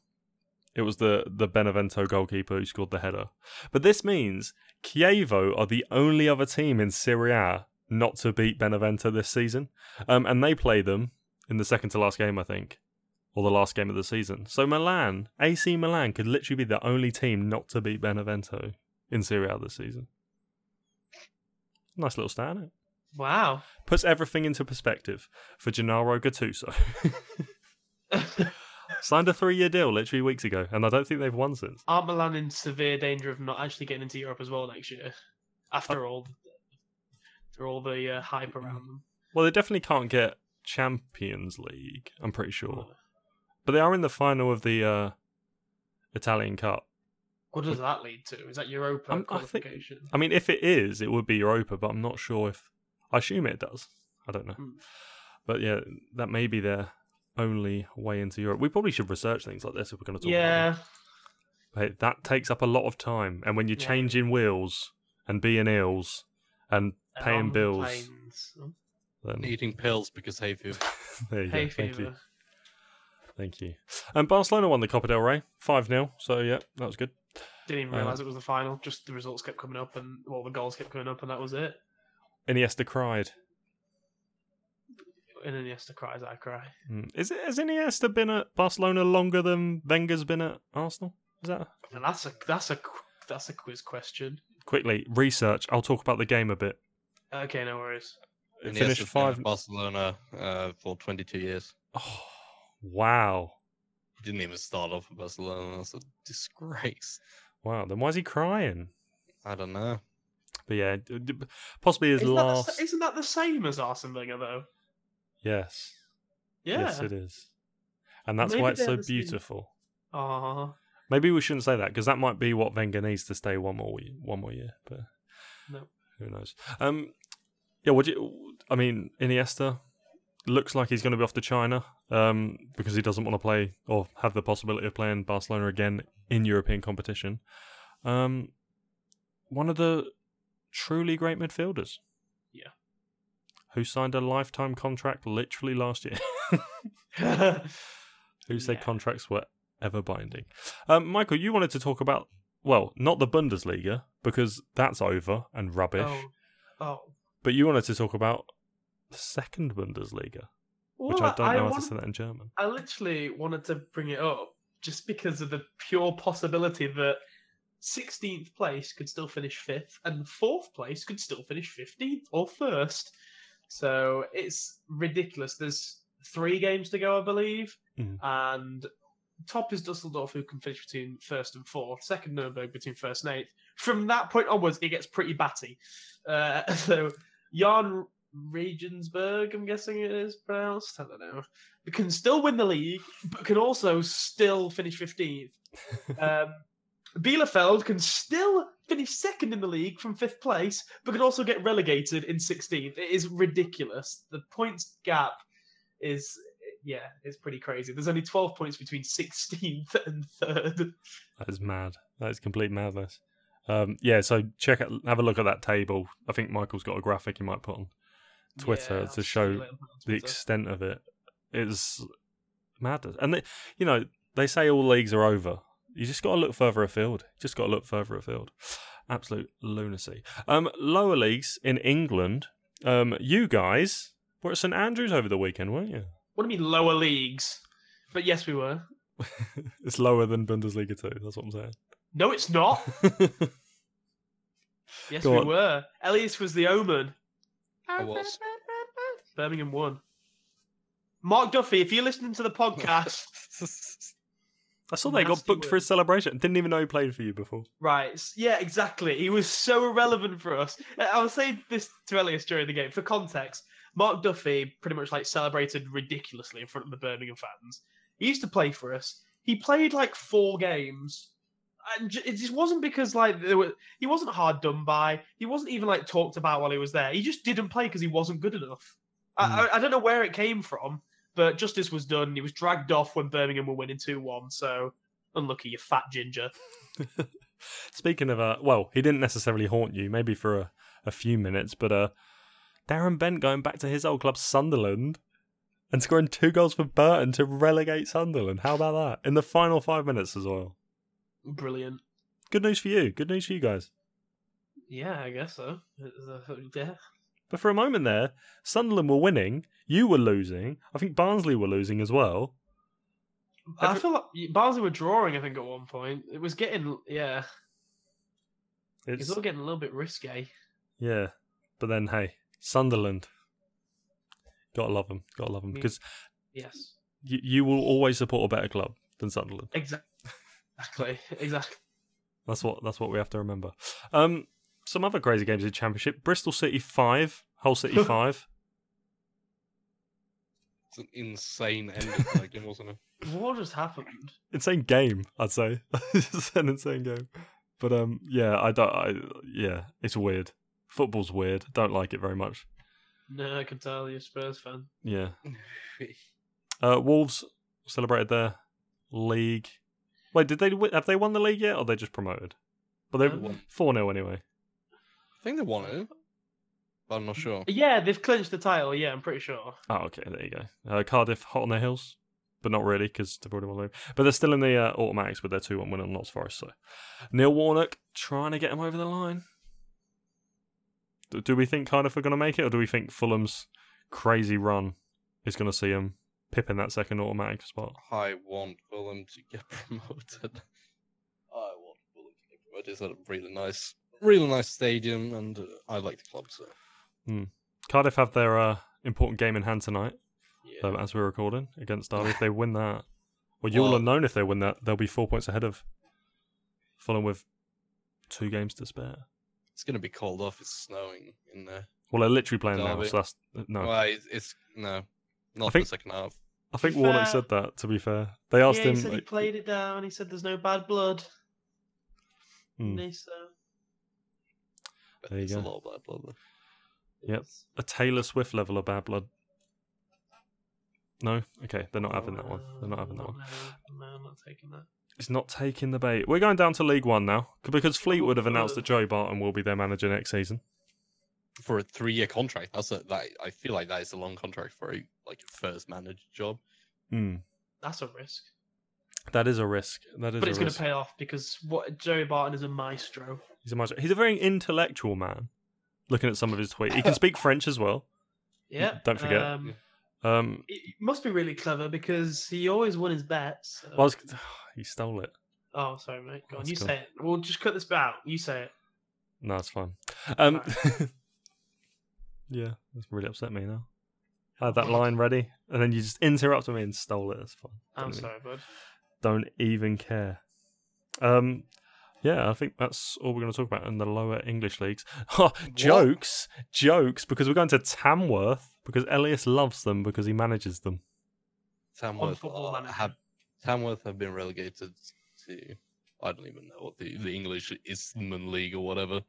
it was the the Benevento goalkeeper who scored the header. But this means Chievo are the only other team in Serie A not to beat Benevento this season, um, and they play them in the second to last game, I think, or the last game of the season. So Milan, AC Milan, could literally be the only team not to beat Benevento in Serie A this season. Nice little stat, is it?
Wow.
Puts everything into perspective for Gennaro Gattuso. Signed a three-year deal literally weeks ago, and I don't think they've won since.
Are Milan in severe danger of not actually getting into Europe as well next year? After all, after all the uh, hype around them.
Well, they definitely can't get Champions League. I'm pretty sure, but they are in the final of the uh, Italian Cup.
What does that lead to? Is that Europa
Um, I think-
qualification?
I mean, if it is, it would be Europa, but I'm not sure if. I assume it does. I don't know,
Hmm.
but yeah, that may be their only way into Europe. We probably should research things like this if we're going to talk. about
yeah.
them. Hey, that takes up a lot of time, and when you're
Yeah.
changing wheels and being ills and
and
paying
on the
bills,
Um, planes. Oh,
then
Eating pills because hey, fever.
there you
Hay
go. Thank you.
fever.
Thank you. And Barcelona won the Copa del Rey 5 0. So, yeah, that was good.
Didn't even
Uh,
realise it was the final. Just the results kept coming up, and well, the goals kept coming up, and that was it.
Iniesta cried.
And Iniesta cries, I cry.
Mm. Is it, has Iniesta been at Barcelona longer than Wenger's been at Arsenal? Is that
And that's a that's a qu- that's a quiz question.
quickly research? I'll talk about the game a bit.
Okay, no worries.
It
And yes,
finished
it's been at
five.
Barcelona uh, for 22 years.
Oh, wow,
He didn't even start off at Barcelona. That's a disgrace.
wow. Then why is he crying?
I don't know.
But yeah, d- d- possibly his
Isn't that, the,
last.
sa- isn't that the same as Arsene Wenger though?
Yes,
Yeah.
yes, it is, and that's
Maybe
why it's
they're
so
the same.
beautiful.
Aw,
Maybe we shouldn't say that because that might be what Wenger needs to stay one more ye- one more year. But
No.
who knows? Um, yeah, what do you? I mean, Iniesta looks like he's going to be off to China um, because he doesn't want to play or have the possibility of playing Barcelona again in European competition. Um, one of the truly great midfielders.
Yeah.
Who signed a lifetime contract literally last year? Who said
Yeah.
contracts were ever binding? Um, Michael, you wanted to talk about, well, not the Bundesliga, because that's over and rubbish,
oh, oh.
but you wanted to talk about the second Bundesliga,
Well,
which I don't know how to
wanted-
say that in German.
I literally wanted to bring it up just because of the pure possibility that 16th place could still finish fifth and fourth place could still finish 15th or first. So it's ridiculous. There's three games to go, I believe,
Mhm.
and top is Dusseldorf, who can finish between first and fourth, second, Nuremberg between first and eighth. From that point onwards, it gets pretty batty. Uh, so Jan Regensburg, I'm guessing it is pronounced. I don't know can still win the league, but can also still finish 15th. Um, Bielefeld can still finish second in the league from fifth place, but can also get relegated in 16th. It is ridiculous. The points gap is, yeah, it's pretty crazy. There's only 12 points between 16th and third.
That is mad. That is complete madness. Um, yeah, so check out, have a look at that table. I think Michael's got a graphic he might put on Twitter
Yeah,
to
I'll
show
see you later on
the
Twitter.
extent of it is madness. And they, you know, they say all leagues are over. You just got to look further afield. Just got to look further afield. Absolute lunacy. Um, lower leagues in England. Um, you guys were at St Andrews over the weekend, weren't you?
what do you mean lower leagues? But yes, we were.
it's lower than Bundesliga two. That's what I'm
No, it's not.
saying.
Yes,
Go
we
on.
were. Elias was the omen.
I was.
Birmingham won. Mark Duffy, if you're listening to the podcast,
I saw they got
Nasty
booked for his
word.
celebration. Didn't even know he played for you before.
right? s- Yeah, exactly. He was so irrelevant for us. I- I was saying this to Elias during the game for context. Mark Duffy pretty much like celebrated ridiculously in front of the Birmingham fans. He used to play for us. He played like four games, and j- it just wasn't because like there were, he wasn't hard done by. He wasn't even like talked about while he was there. He just didn't play because he wasn't good enough. I, I, I don't know where it came from, but justice was done. He was dragged off when Birmingham were winning two one. So unlucky, you fat ginger.
Speaking of, uh, well, he didn't necessarily haunt you, maybe for a, a few minutes, but uh, Darren Bent going back to his old club, Sunderland, and scoring two goals for Burton to relegate Sunderland. How about that? In the final five minutes as well.
Brilliant.
Good news for you. Good news for you guys.
Yeah, I guess so. Uh, Yeah.
But for a moment there, Sunderland were winning, you were losing, I think Barnsley were losing as well.
I feel like Barnsley were drawing, I think, at one point. It was getting, yeah, it's,
It's
all getting a little bit risque.
yeah, but then hey, Sunderland, gotta love them, gotta love them
Yeah.
because
Yes.
you, you will always support a better club than Sunderland.
Exactly. Exactly. Exactly.
That's what that's what we have to remember. Um, some other crazy games in the Championship: Bristol City five, Hull City five.
It's an insane end to that game, wasn't it?
What just happened?
insane game, I'd say. it's just an insane game. But um, yeah, I don't. I yeah, it's weird. Football's weird. Don't like it very much.
No, I can tell you're a Spurs fan.
Yeah. Uh, Wolves celebrated their league. Wait, did they wi- have they won the league yet, or they just promoted? But they
No.
four 0 anyway.
I think they won it, but I'm not sure.
Yeah, they've clinched the title. Yeah, I'm pretty sure.
Oh, okay, there you go. Uh, Cardiff hot on their heels, but not really because they've already won the league. But they're still in the uh, automatics with their two one win on Notts Forest. So Neil Warnock trying to get them over the line. Do, do we think Cardiff are going to make it, or do we think Fulham's crazy run is going to see them pipping that second automatic spot?
I want Fulham to get promoted. I want Fulham to get promoted. It's a really nice, really nice stadium, and uh, I like the club. So
Cardiff have their uh, important game in hand tonight,
yeah,
though, as we're recording against Derby. if they win that, well, you'll
Well-
have known if they win that, they'll be four points ahead of Fulham with two games to spare.
it's gonna be called off. It's snowing in there.
Well, they're literally playing now,
Derby.
so that's no.
Well, it's, it's no, not
think-
the second half.
I think
Fair.
Warnock said that. To be fair, they asked
yeah,
him.
he said he
like,
played it down. He said there's no bad blood.
Hmm.
Nay, so
But
There you
it's a
go.
lot of blah blah blah.
Yep. a Taylor Swift level of bad blood. No, okay, they're not having that one. They're not having that one.
uh, No, no, I'm not taking that.
It's not taking the bait. We're going down to League One now c- because Fleetwood have announced that Joey Barton will be their manager next season.
For a three-year contract, that's a, that. I feel like that is a long contract for a like a first manager job.
Hmm.
That's a risk.
That is a risk. That is.
But it's
a
going
risk.
to pay off because what Joey Barton is a maestro.
He's a maestro. He's a very intellectual man. Looking at some of his tweets, he can speak French as well.
Yeah.
Don't forget.
Um,
Um,
it must be really clever because he always won his bets. so-
well, I was, he stole it.
Oh, sorry, mate. Go on,
That's
you
cool.
say it. We'll just cut this bit out. You say it.
No, it's fine. Um, yeah, that's really upset me now. I had that line ready, and then you just interrupted me and stole it. That's fine.
I'm
Don't even-
sorry, bud.
Don't even care. Um, yeah, I think that's all we're going to talk about in the lower English leagues. Ha, jokes, jokes, because we're going to Tamworth because Elias loves them because he manages them.
Tamworth
Football
are,
Manager.
have Tamworth have been relegated to I don't even know what the, the English Isthmian League or whatever.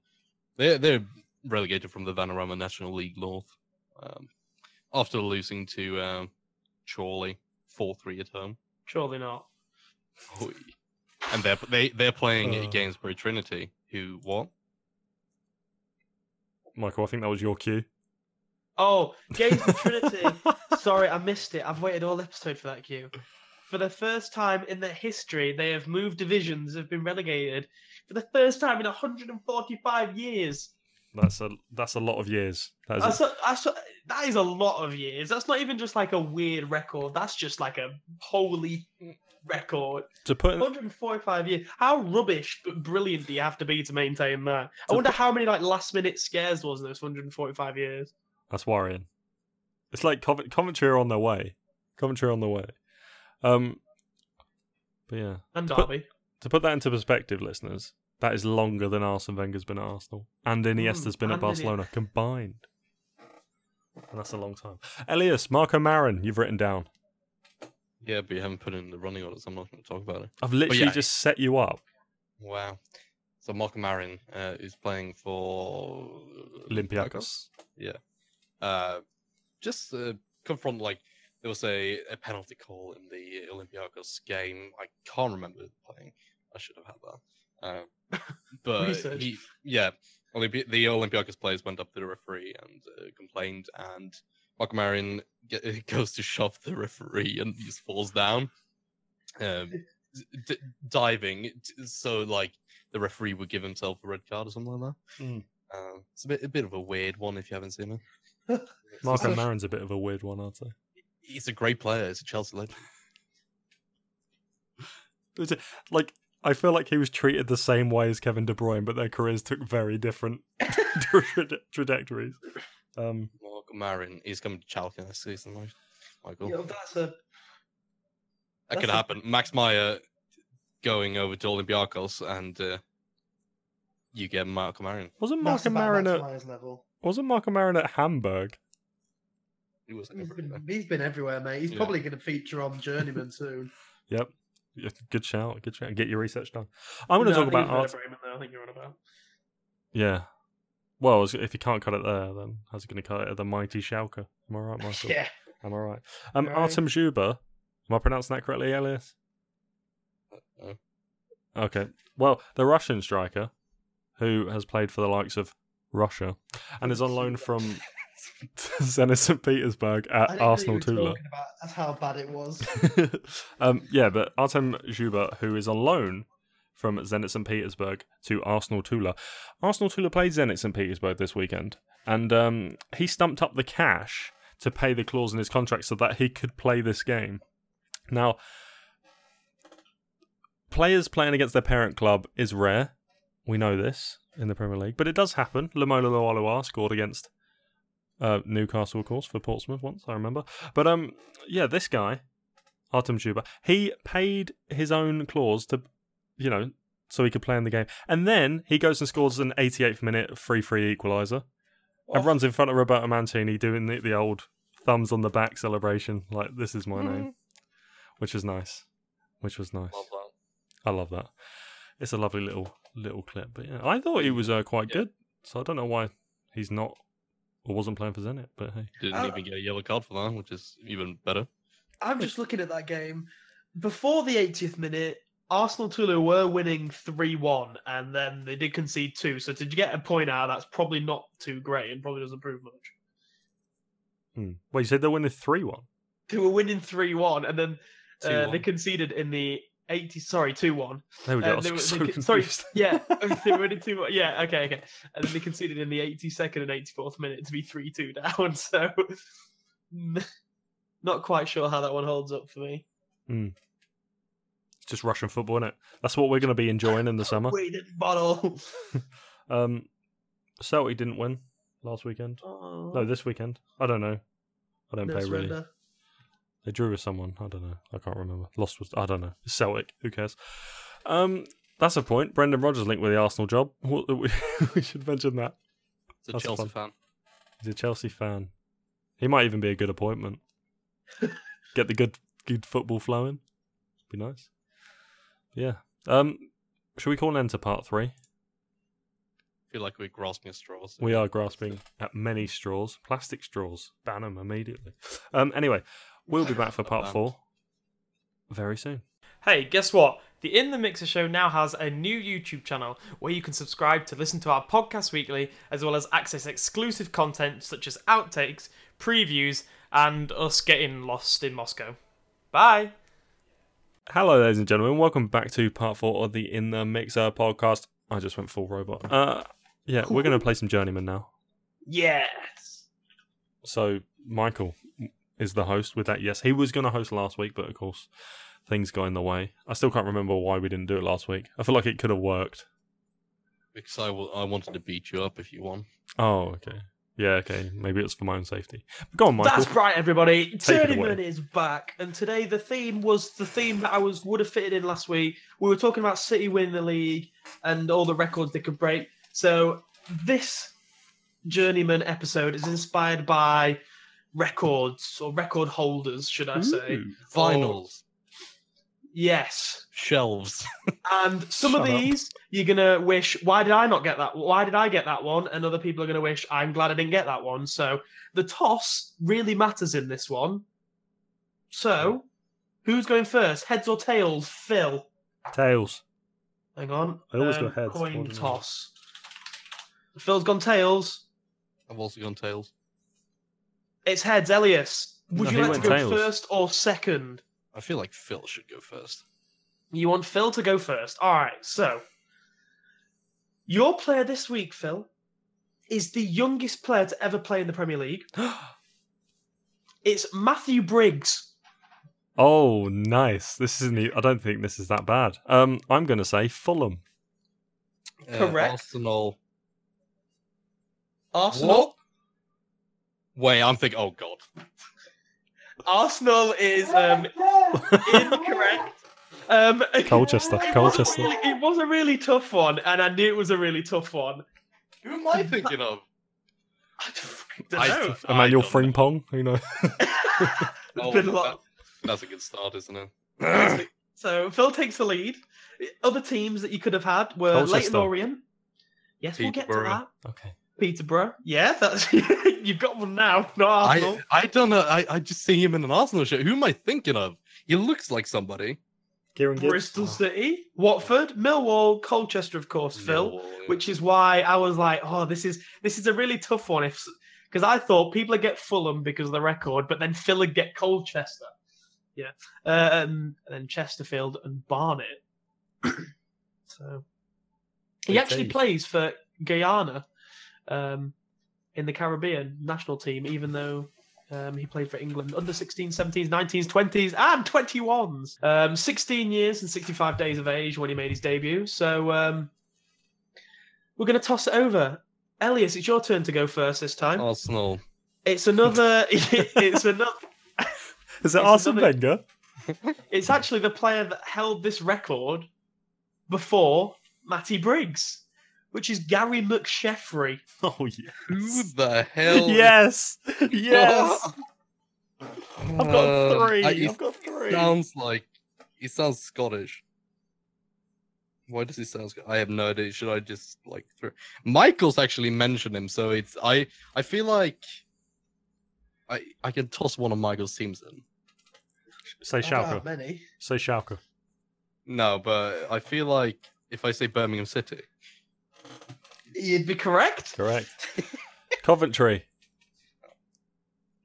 They're they're relegated from the Vanarama National League North um, after losing to um, Chorley four three at home,
Surely not.
Oi. and they're they they're playing
Uh.
against Bury Trinity, who what?
Michael, I think that was your cue.
Oh, Games of Trinity. Sorry, I missed it. I've waited all episode for that cue. For the first time in their history, they have moved divisions, have been relegated. For the first time in 145 years.
That's a that's a lot of years. That is a-
That's a, that's a, that is a lot of years. That's not even just like a weird record. That's just like a holy record.
to put in-
145 years. How rubbish but brilliant do you have to be to maintain that? I wonder how many like last minute scares there was in those 145 years.
That's worrying. It's like Covent- Coventry are on their way. Coventry are on their way. Um, but yeah,
And
But-
Derby.
to put that into perspective, listeners, that is longer than Arsene Wenger's been at Arsenal and Iniesta's been at
and Ini-
Barcelona combined. And that's a long time. Elias, Marco Marin, you've written down.
Yeah, but you haven't put in the running order, so I'm not going to talk about it.
I've literally
yeah.
just set you up.
Wow. So Mark Marin uh, is playing for
Olympiacos.
Uh, just uh, come from like there was a, a penalty call in the Olympiacos game. I can't remember the playing. I should have had that. Um, but
Research.
he, yeah, Olympi- the Olympiacos players went up to the referee and uh, complained, and Mark Marin ge- goes to shove the referee and he just falls down, um, d- diving. t- So like the referee would give himself a red card or something like that.
Hmm.
Mm.
Um, it's a bit, a bit of a weird one if you haven't seen it.
Marco Marin's a bit of a weird one, I'd say.
He's a great player. He's a Chelsea legend.
It was a- like I feel like he was treated the same way as Kevin De Bruyne, but their careers took very different tra- trajectories. Um,
Mark Marin. He's coming to Chalke next season, right? Michael.
You know, that's a
that could
that's a-
happen. Max Meyer going over to Olympiacos and uh, you get Mark Marin.
wasn't Marco
that's about
Marin
Max
at
Meyer's level.
wasn't Marco Marin at Hamburg?
He was
He's been, he's been everywhere, mate. He's
Yeah.
probably going to feature on Journeyman soon.
Yep. Yeah, Good shout. Good shout. Get your research done. I'm going to talk about art.
I think you're on about.
Yeah. Well, if you can't cut it there, then how's he going to cut it at the mighty Schalke? Am I right, Michael?
Yeah,
Am I right? Um,
Right.
Artem Zuba. Am I pronouncing that correctly, Elias?
Uh,
No.
Okay. Well, the Russian striker who has played for the likes of Russia and is on loan from Zenit St. Petersburg
I
at
didn't know you
Arsenal
were
Tula.
talking about- That's how bad it was.
um, yeah, but Artem Zuba, who is on loan from Zenit St. Petersburg to Arsenal Tula. Arsenal Tula played Zenit St. Petersburg this weekend, and um, he stumped up the cash to pay the clause in his contract so that he could play this game. Now, players playing against their parent club is rare. We know this in the Premier League, but it does happen. Lamola Loaloa scored against uh, Newcastle, of course, for Portsmouth once, I remember. But um, yeah, this guy, Artem Juba, he paid his own clause to, you know, so he could play in the game. And then he goes and scores an 88th minute free free equaliser and runs in front of Roberto Mancini doing the, the old thumbs on the back celebration, like, this is my name, which was nice. Which was nice.
Love
I
that.
love that. It's a lovely little little clip. But yeah, I thought he was uh, quite
Yeah.
good, so I don't know why he's not or wasn't playing for Zenit. But hey,
Didn't
Uh,
even get a yellow card for that, which is even better.
I'm just looking at that game. Before the 80th minute, Arsenal Tulu were winning 3 1, and then they did concede two. So, to get a point out, of that's probably not too great and probably doesn't prove much.
hmm. well, you said they win the three one.
They were winning 3 1, and then uh,
2-1.
they conceded in the 80, sorry, 2 1.
There we go. I
Uh,
was
they were-
so
they-
confused.
sorry. Yeah, Oh, they were winning 2 1. Yeah, okay, okay. And then they conceded in the 82nd and 84th minute to be 3 2 down. So, not quite sure how that one holds up for me.
It's just Russian football, is it? That's what we're going to be enjoying in the summer.
We didn't bottle.
Um, Celtic didn't win last weekend. No, this weekend. I don't know. I don't
No
pay really.
surrender.
They drew with someone. I don't know. I can't remember. Lost was. I don't know. Celtic. Who cares? Um, that's a point. Brendan Rodgers linked with the Arsenal job. What- We we should mention that.
It's a
That's
Chelsea fan.
He's a Chelsea fan. He might even be a good appointment. Get the good good football flowing. Be nice. Yeah. Um. Should we call an end to part three?
I feel like we're grasping at straws.
We are grasping at many straws, plastic straws. Ban them immediately. Um. Anyway, we'll be back for part four very soon.
Hey, guess what? The In the Mixer show now has a new YouTube channel where you can subscribe to listen to our podcast weekly, as well as access exclusive content such as outtakes, previews, and us getting lost in Moscow. Bye!
Hello, ladies and gentlemen. Welcome back to part four of the In the Mixer podcast. I just went full robot. Uh, yeah, we're going to play some Journeyman now.
Yes.
So Michael is the host with that. Yes, he was going to host last week, but of course things got in the way. I still can't remember why we didn't do it last week. I feel like it could have worked.
Because I, w- I wanted to beat you up if you won.
Oh, okay. Yeah, okay. Maybe it's for my own safety. Go on, Michael.
That's right, everybody.
it
Journeyman
away.
is back, and today the theme was the theme that I was would have fitted in last week. We were talking about City winning the league and all the records they could break. So this Journeyman episode is inspired by records or record holders, should I say?
Ooh.
Vinyls,
Yes.
shelves.
And some of
Shut up.
these you're gonna wish, why did I not get that? Why did I get that one? And other people are gonna wish, I'm glad I didn't get that one. So the toss really matters in this one. So
Hmm.
who's going first? Heads or tails? Phil.
Tails.
Hang on. Um,
I always go heads,
Coin
ordinarily.
toss. Phil's gone tails.
I've also gone tails.
It's heads, Elias. Would
No,
you
he
like to
went
go
tails.
first or second?
I feel like Phil should go first.
You want Phil to go first. All right, so your player this week, Phil, is the youngest player to ever play in the Premier League. it's Matthew Briggs.
Oh, nice. This isn't. e- I don't think this is that bad. Um, I'm going to say Fulham.
Uh,
Correct.
Arsenal.
Arsenal.
Wait, I'm thinking. Oh God.
Arsenal is um, incorrect. Um,
Colchester.
it was a
Colchester.
really- it was a really tough one, and I knew it was a really tough one.
Who am I thinking of?
I don't know.
Emmanuel
I don't know.
Frimpong. Who knows?
Oh,
been a lot.
that- that's a good start, isn't it?
So Phil takes the lead. Other teams that you could have had were Leighton
Colchester.
Orient. Yes, we'll get to
Peterborough.
that.
Okay.
Peterborough. Yeah, that's you've got one now. Not Arsenal.
I, I don't know. I, I just see him in an Arsenal shirt. Who am I thinking of? He looks like somebody.
Kieran Gibbs.
Bristol City, Watford, Millwall, Colchester, of course, Phil.
Millwall, yeah.
Which is why I was like, oh, this is this is a really tough one. If because I thought people would get Fulham because of the record, but then Phil would get Colchester. Yeah, uh, and, and then Chesterfield and Barnet. so he
Big
actually
teams.
plays for Guyana um, in the Caribbean national team, even though um, he played for England under 16s, 17s, 19s, 20s, and 21s. Um, 16 years and 65 days of age when he made his debut. So um, we're going to toss it over. Elias, it's your turn to go first this time.
Oh. Arsenal.
It's another. it's another.
Is it
It's
Arsene
another-
Wenger?
It's actually the player that held this record before Matty Briggs, which is Gary McSheffrey.
Oh yeah.
Who the hell? is-
Yes. Yes.
I've
I've got three.
he
I've got three.
sounds like he sounds Scottish. Why does he sound? Sc- I have no idea. Should I just like throw? Michael's actually mentioned him, so it's I. I feel like I I can toss one of Michael's teams in.
Say Schalke.
many.
Say Schalke.
No, but I feel like if I say Birmingham City,
You'd be correct.
Correct. Coventry.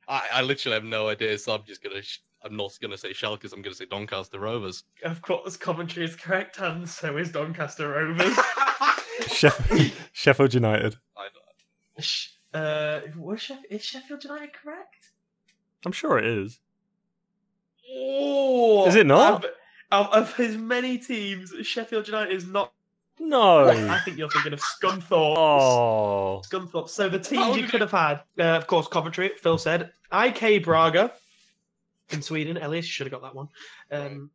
I, I literally have no idea. So I'm just gonna. Sh- I'm not gonna say Schalke. I'm gonna say Doncaster Rovers.
Of course, Coventry is correct, and so is Doncaster Rovers.
Sheff- Sheffield United.
Sh- uh, was Sheff- is Sheffield United correct?
I'm sure it is.
Oh,
Is it not?
Of, of, of his many teams, Sheffield United is not. I
No.
think you're thinking of Scunthorpe.
oh.
Scunthorpe. So the
How
teams you
did
could have had, uh, of course, Coventry. Phil said IK Braga in Sweden. Elias you should have got that one. Um,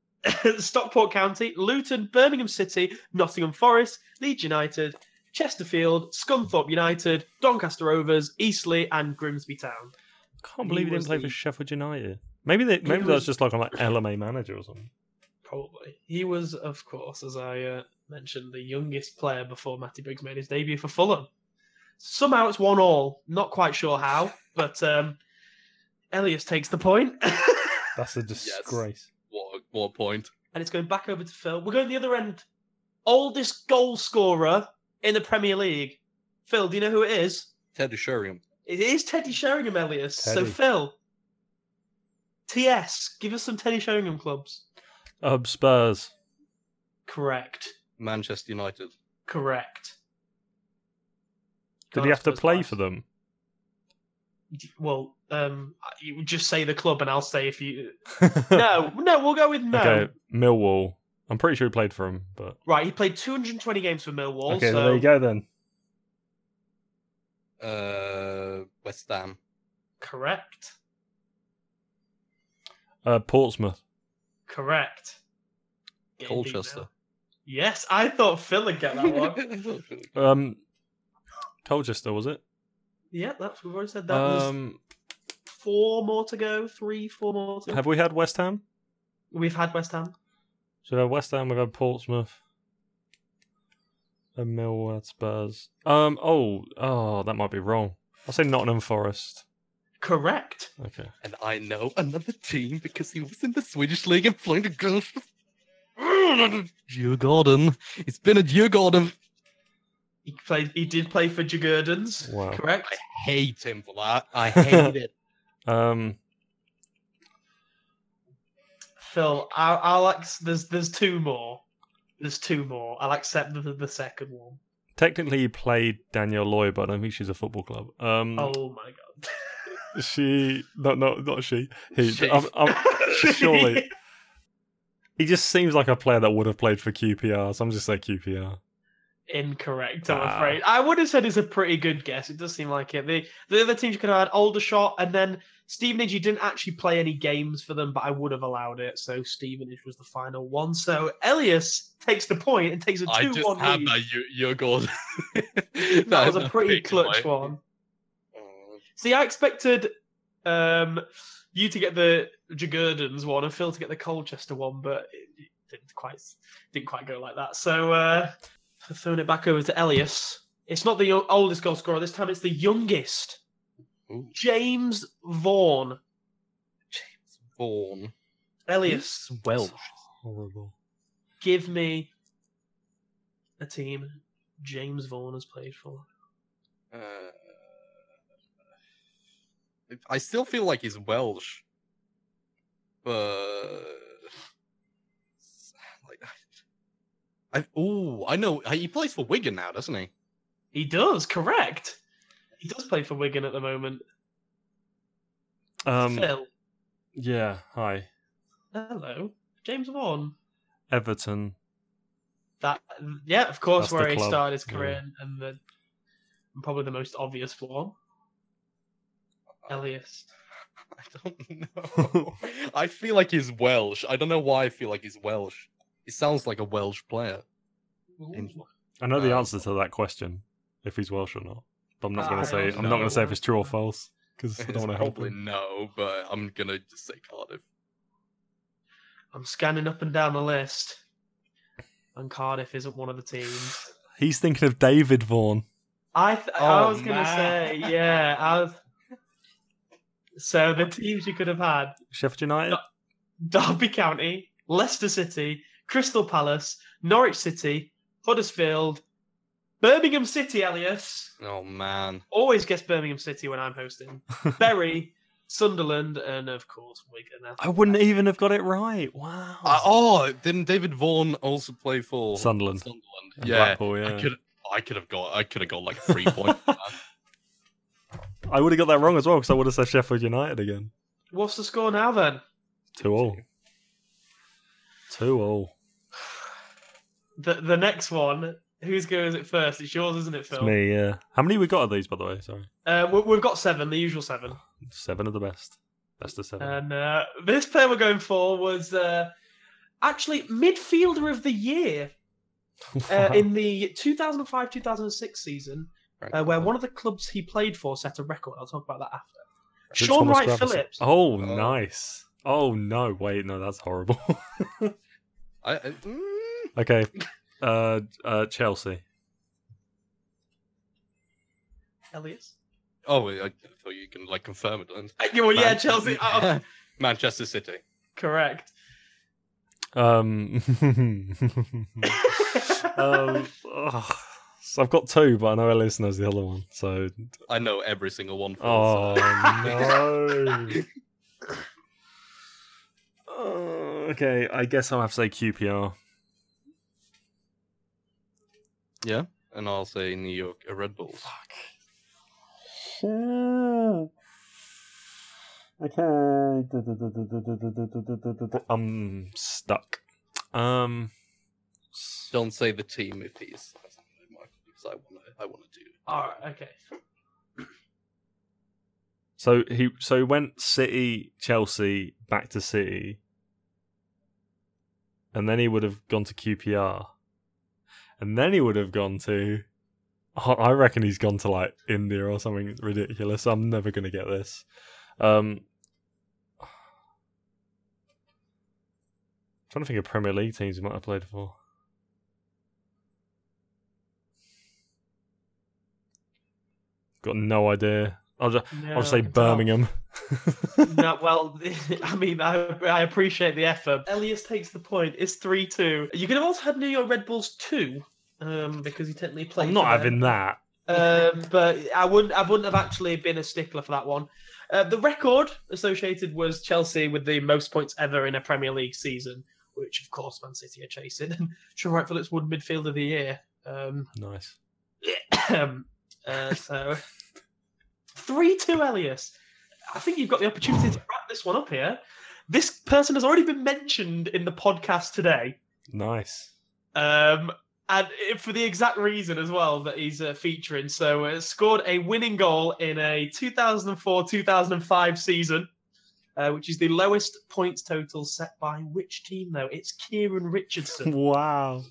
Stockport County, Luton, Birmingham City, Nottingham Forest, Leeds United, Chesterfield, Scunthorpe United, Doncaster Rovers, Eastleigh, and Grimsby Town.
Can't believe he
was
didn't play
the-
for Sheffield United. Maybe they, maybe
was-
that's just like on like LMA manager or something.
Probably he was, of course, as I uh, mentioned, the youngest player before Matty Briggs made his debut for Fulham. Somehow it's one all. Not quite sure how, but um, Elias takes the point.
That's a
disgrace. What a- what a point?
and it's going back over to Phil. We're going the other end. Oldest goal scorer in the Premier League. Phil, do you know who it is?
Teddy Sheringham.
It is Teddy Sheringham, Elias. So,
Teddy.
Phil, TS, give us some Teddy Sheringham clubs.
Um, Spurs.
Correct.
Manchester United.
Correct.
Did
God,
he have to
Spurs
play
last.
for them?
Well, um, you just say the club, and I'll say if you. No, no, we'll go with no.
Okay, Millwall. I'm pretty sure he played for him, but
Right, he played 220 games for Millwall.
okay,
so
well, there you go then.
Uh, West Ham.
Correct.
Uh, Portsmouth.
Correct. Get your beat
Colchester.
now. Yes, I thought Phil would get that one.
Um, Colchester was it?
Yeah, that's we've already said that was
Um,
four more to go. Three, four more to go.
Have we had West Ham?
We've had West Ham.
So we've had West Ham, we've had Portsmouth, and Millwall, had Spurs. Um, oh, oh, that might be wrong. I'll say Nottingham Forest.
Correct.
Okay.
And I know another team because he was in the Swedish league and played against Djurgården. It's been a Djurgården.
He played. He did play for Jagurdens.
Wow.
Correct.
Hate him for that. I hate it.
Um,
Phil, I'll, I'll ex- there's there's two more. There's two more. I'll accept the, the second one.
technically, he played Danielle Loy, but I don't think she's a football club. Um,
Mm.
Oh my god.
she, no, no, not she. He,
She.
I'm, I'm, surely. He just seems like a player that would have played for QPR, so I'm just say QPR.
Incorrect, I'm
Ah.
afraid. I would have said it's a pretty good guess. It does seem like it. The the other teams you could have had Aldershot and then Stevenage. You didn't actually play any games for them, but I would have allowed it. So Stevenage was the final one. So Elias takes the point and takes a
I just
two-one
had
lead.
that Djur- Djurgården.
That was a pretty clutch one. See, I expected um, you to get the Jagurdens one and Phil to get the Colchester one, but it, it didn't quite didn't quite go like that. So uh, throwing it back over to Elias. It's not the yo- oldest goal scorer this time; it's the youngest,
uh, Ooh.
James Vaughan.
Born.
Elias,
Welsh.
Horrible.
give me a team James Vaughan has played for.
Uh, I still feel like he's Welsh, but like, I oh, I know he plays for Wigan now, doesn't he?
He does, correct. He does play for Wigan at the moment.
Um,
Phil,
yeah, hi.
hello, James Vaughan.
Everton.
That yeah, of course,
That's
where
the
he
club,
started his
yeah.
career, and- and the and probably the most obvious one, Elias.
I don't know. I feel like he's Welsh. I don't know why I feel like he's Welsh. It sounds like a Welsh player. James Vaughan.
I know the
Um,
answer to that question, if he's Welsh or not. But I'm not
I
going to say.
don't
I'm not going
know.
to say if it's true or false because I
It's
don't want to help
probably
him.
no, but I'm gonna just say Cardiff.
I'm scanning up and down the list, and Cardiff isn't one of the teams.
He's thinking of David Vaughan.
I th- I
Oh,
was gonna say
man.
yeah. I was... So the teams you could have had:
Sheffield United.
Derby County, Leicester City, Crystal Palace, Norwich City, Huddersfield, Birmingham City, Elias.
Oh man.
always guess Birmingham City when I'm hosting. Bury, Sunderland, and of course Wigan.
I wouldn't even have got it right. Wow.
Uh, oh, didn't David Vaughan also play for
Sunderland.
Sunderland.
And
Yeah,
Blackpool,
I
yeah.
could I could have got I could have got like a three point. for that.
I would have got that wrong as well because I would have said Sheffield United again.
What's the score now then?
Two all. Two all.
The the next one. Whose go is it first? It's yours, isn't it,
It's
Phil?
me. Yeah. How many we got of these, by the way? Sorry,
Uh, we, we've got seven, the usual seven.
seven of the best. Best of seven.
And uh, this player we're going for was uh, actually midfielder of the year uh, in the 2005-2006 season, uh, where one of the clubs he played for set a record. I'll talk about that after.
Is it
Sean
Thomas
Wright
Gravison?
Phillips.
Oh,
Oh.
nice. Oh no, wait, no, that's horrible.
I, I- mm,
okay. Uh, uh, Chelsea.
Elias.
oh, I I thought you can like confirm it. didn't
Uh, Well, yeah,
Man-
Chelsea. Oh,
Manchester City.
correct.
Um, um oh, so I've got two, but I know Ellis knows the other one. So,
I know every single one. For
oh no. Uh, okay, I guess I'll have to say QPR.
yeah, and I'll say New York uh, Red Bulls.
Okay. I'm stuck. Um,
Don't say the team if he's because I want to. I want to do.
All right. Okay.
so he so he went City, Chelsea, back to City, and then he would have gone to QPR, and then he would have gone to. I- I reckon he's gone to like India or something ridiculous. I'm never gonna get this. Um, trying to think of Premier League teams he might have played for. Got no idea. I'll just, I'll
No,
say
I can tell.
Birmingham.
no, well, I mean, I, I appreciate the effort. Elias takes the point. It's 3 2. You could have also had New York Red Bulls 2, um, because he technically played.
I'm not
for
having
them.
that.
Um, but I wouldn't, I wouldn't have actually been a stickler for that one. Uh, the record associated was Chelsea with the most points ever in a Premier League season, which, of course, Man City are chasing. Sure, right, Phillips Wood, midfield of the year. Um,
Nice.
um, uh, so, three two, Elias. I think you've got the opportunity to wrap this one up here. This person has already been mentioned in the podcast today,
Nice.
um, and it- for the exact reason as well that he's uh, featuring. So, uh, scored a winning goal in a 2004-2005 season. Uh, which is the lowest points total set by which team, though? It's Kieran Richardson.
Wow.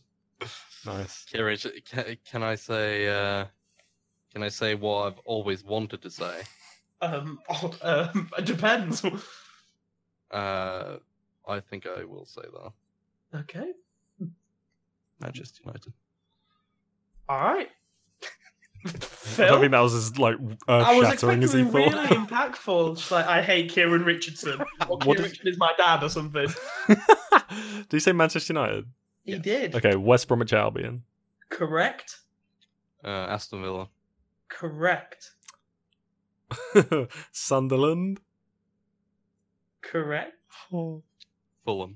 Nice.
Okay, Rich, can, can I say? Uh, can I say what I've always wanted to say?
um, oh, um, it depends.
Uh, I think I will say that.
okay.
Manchester United.
All right.
I don't
Phil,
think that was as like earth
I was
shattering
expecting
as he
really
thought.
impactful. Just like I hate Kieran Richardson, or
What
Kieran
did-
Richardson is my dad, or something.
Do you say Manchester United?
He did.
Okay, West Bromwich Albion.
Correct.
Uh, Aston Villa.
Correct.
Sunderland.
Correct.
Fulham.
Oh.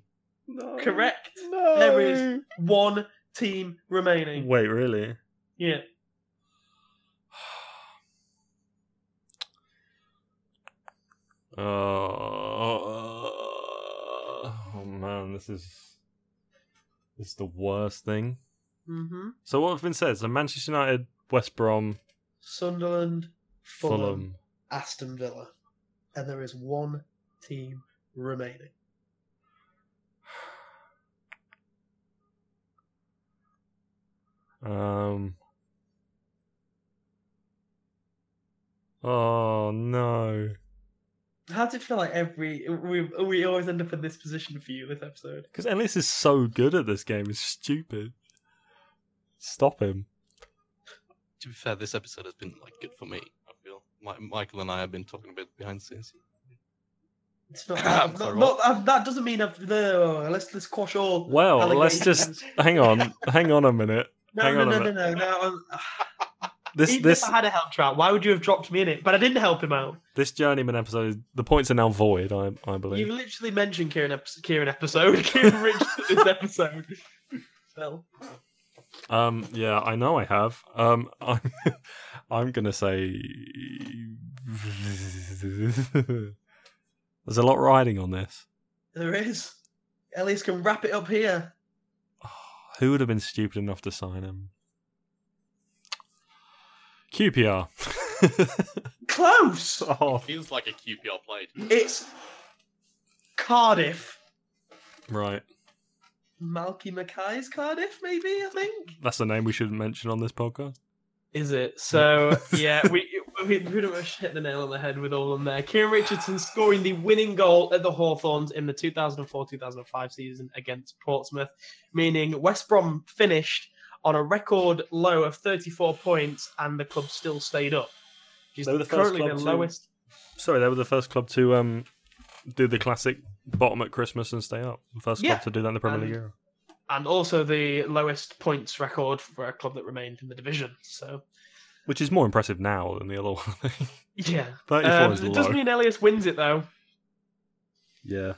No.
Correct.
No.
There is one team remaining.
Wait, really?
Yeah.
Uh, oh man, this is this is the worst thing.
Mm-hmm.
So what I've been said, so Manchester United, West Brom,
Sunderland, Fulham,
Fulham.
Aston Villa, and there is one team remaining.
Um. Oh no.
How does it feel like every we we always end up in this position for you this episode?
Because Ellis is so good at this game, it's stupid. Stop him.
To be fair, this episode has been like good for me. I feel Mi- Michael and I have been talking a bit behind the scenes.
It's not,
I'm
not-
sorry,
not- uh, that doesn't mean I've, no. Let's let's quash all.
Well, let's
allegations.
just hang on, hang on a minute.
no,
hang
no,
on a
no, no, no, no. I'm-
This
Even
this
if I had a help trap, why would you have dropped me in it? But I didn't help him out.
this journeyman episode, is- the points are now void. I I
You've
believe.
literally mentioned Kieran ep- Kieran episode, Kieran Richardson this episode. Well,
Um, yeah, I know I have. Um, I'm I'm gonna say there's a lot riding on this.
there is. Elias can wrap it up here.
Who would have been stupid enough to sign him? QPR.
Close.
oh,
Feels like a QPR play.
It's Cardiff.
right.
Malky Mackay's Cardiff, maybe I think.
That's a name we shouldn't mention on this podcast.
Is it? So yeah, we, we pretty much hit the nail on the head with all of them there. Kieran Richardson scoring the winning goal at the Hawthorns in the 2004-2005 season against Portsmouth, meaning West Brom finished on a record low of 34 points, and the club still stayed up. Which
They were
is
the first
currently the
club to-
lowest.
Sorry, they were the first club to um do the classic bottom at Christmas and stay up. The first
Yeah.
club to do that in the Premier
And-
League era.
And also the lowest points record for a club that remained in the division. So,
Which is more impressive now than the other one. I think.
yeah.
34
Um,
is
it
low.
does mean Elias wins it, though.
yeah.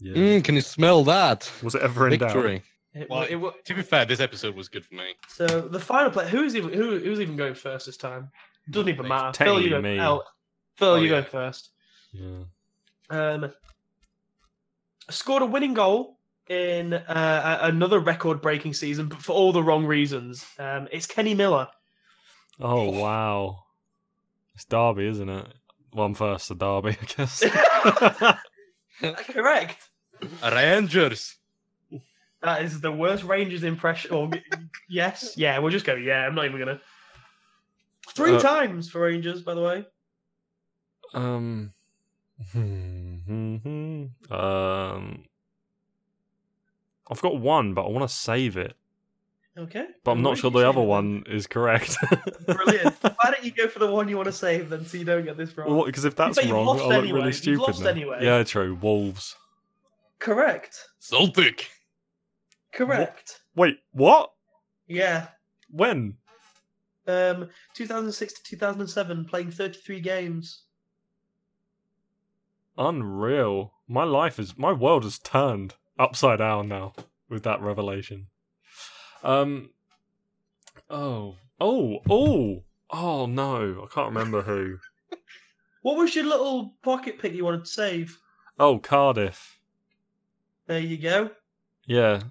Yeah.
Mm.
Mm, can you smell that?
Was it ever in doubt?
Victory.
It,
Well,
wa- it, wa-
To be fair, this episode was good for me.
So the final play. Who's even who, who's even going first this time? Doesn't even
It's
matter. Phil, you go.
technically me.
Al- Phil,
Oh,
you
yeah.
go first.
Yeah.
Um, scored a winning goal in uh, a- another record-breaking season, but for all the wrong reasons. Um, it's Kenny Miller.
Oh wow. It's Derby, isn't it? Well, I'm first, so Derby, I guess.
Correct.
Rangers.
That is the worst Rangers impression. Or yes, yeah. We'll just go. Yeah, I'm not even gonna. Three
Uh,
times for Rangers, by the way.
um. um, I've got one, but I want to save it.
Okay.
But I'm
Why
not
don't
sure
you
the
save
other
it?
one is correct.
Brilliant. Why don't you go for the one you want to save then so you don't get this wrong?
Because if that's
But you've
wrong,
lost
I look
anyway.
really
You've
stupid.
lost
then.
anyway.
Yeah, true. Wolves.
Correct.
Celtic.
Correct.
Wait, what?
Yeah.
When?
Um, 2006 to 2007, playing 33 games.
Unreal. My life is my world has turned upside down now with that revelation. Um Oh. Oh, oh. Oh no. I can't remember who.
What was your little pocket pick you wanted to save?
Oh, Cardiff.
There you go.
Yeah.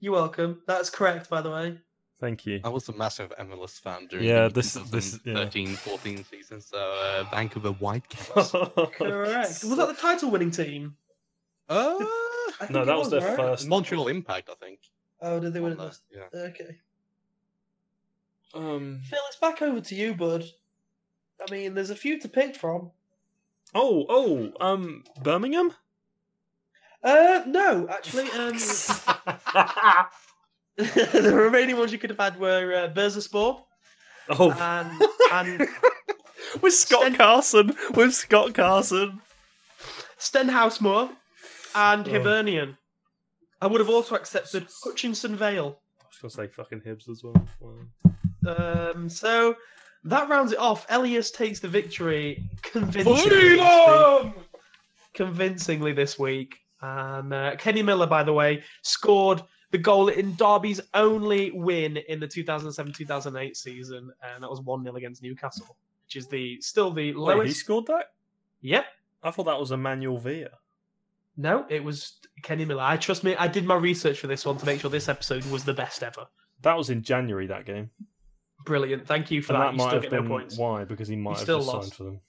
You're welcome. That's correct, by the way.
Thank you.
I was a massive MLS fan during
Yeah,
the
this- this- yeah.
13 14 season, so uh, Vancouver Whitecaps.
Correct. Was that the title winning team?
uh,
I think
No,
it
that was their
right?
first
Montreal Impact, I think.
Oh, did they win
on
it
the-
last?
yeah.
Okay.
um
Phil, it's back over to you, bud. I mean, there's a few to pick from.
Oh, oh, um Birmingham?
Uh, no, actually, um, the remaining ones you could have had were uh, Bursaspor
Oh,
and and
with Scott
Uh, Sten-
Carson, with Scott Carson.
Stenhouse Moor and
Oh.
Hibernian. I would have also accepted Hutchinson Vale.
I was gonna say fucking Hibs as well. Wow.
Um, so that rounds it off. Elias takes the victory convincingly,
Freedom!
convincingly this week. And uh, Kenny Miller, by the way, scored the goal in Derby's only win in the 2007-2008 season, and that was one 0 against Newcastle, which is the still the
Wait, he
lowest.
scored that?
Yep.
I thought that was Emmanuel Villa.
No, it was Kenny Miller. I trust me. I did my research for this one to make sure this episode was the best ever.
That was in January that game.
Brilliant. Thank you for
and
that.
that
You
might have
still get
been
no points.
why because he might
You
have
still
just signed
lost.
for them.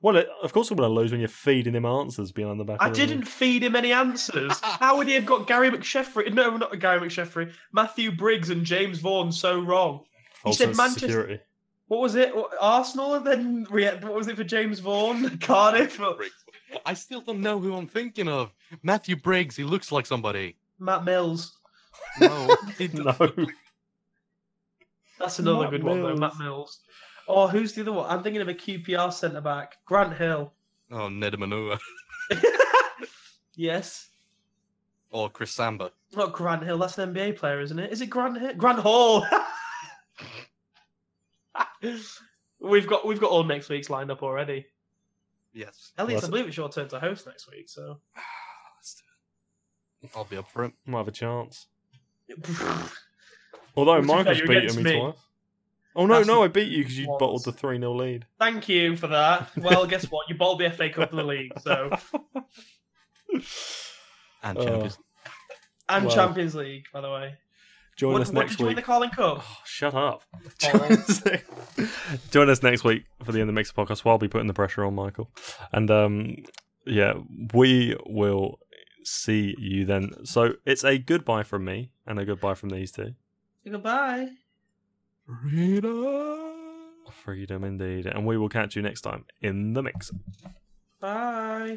Well, it, of course, I'm going to lose when you're feeding him answers behind the back.
I
of the
didn't feed him any answers. How would he have got Gary McSheffrey? No, not Gary McSheffrey. Matthew Briggs and James Vaughan so wrong.
False
said
sense of
Manchester-
Security.
What was it? What- Arsenal and then re- what was it for James Vaughan? Cardiff.
I still don't know who I'm thinking of. Matthew Briggs, he looks like somebody.
Matt Mills.
No. he doesn't.
No,
That's another
Matt
good one though.
Mills.
Matt Mills. Or who's the other one? I'm thinking of a QPR centre back, Grant Hill.
Oh, Ned Manua.
yes.
Or Chris Samba.
Not Grant Hill. That's an NBA player, isn't it? Is it Grant Hill? Grant Hall. we've got we've got all next week's lined up already.
Yes,
At least
Well,
I believe it's your turn to host next week, so
I'll be up for it.
might have a chance. Although
Well, to be fair,
Michael's
you're
beaten
against
me,
me.
twice. Oh no,
That's
no,
the-
I beat you because you
Once.
bottled the three 0 lead.
thank you for that. Well, guess what? You bottled the FA Cup and the league, so
And
Oh.
champions.
and
Well,
Champions League, by the way.
Join
what,
us
what
next
did you win
week.
the Carling Cup?
Oh, shut up.
Oh.
Join us next week for the In the Mix podcast. While I'll be putting the pressure on Michael. And um, yeah, we will see you then. So it's a goodbye from me and a goodbye from these two.
Goodbye.
Freedom.
Freedom indeed. And we will catch you next time in the mix.
Bye.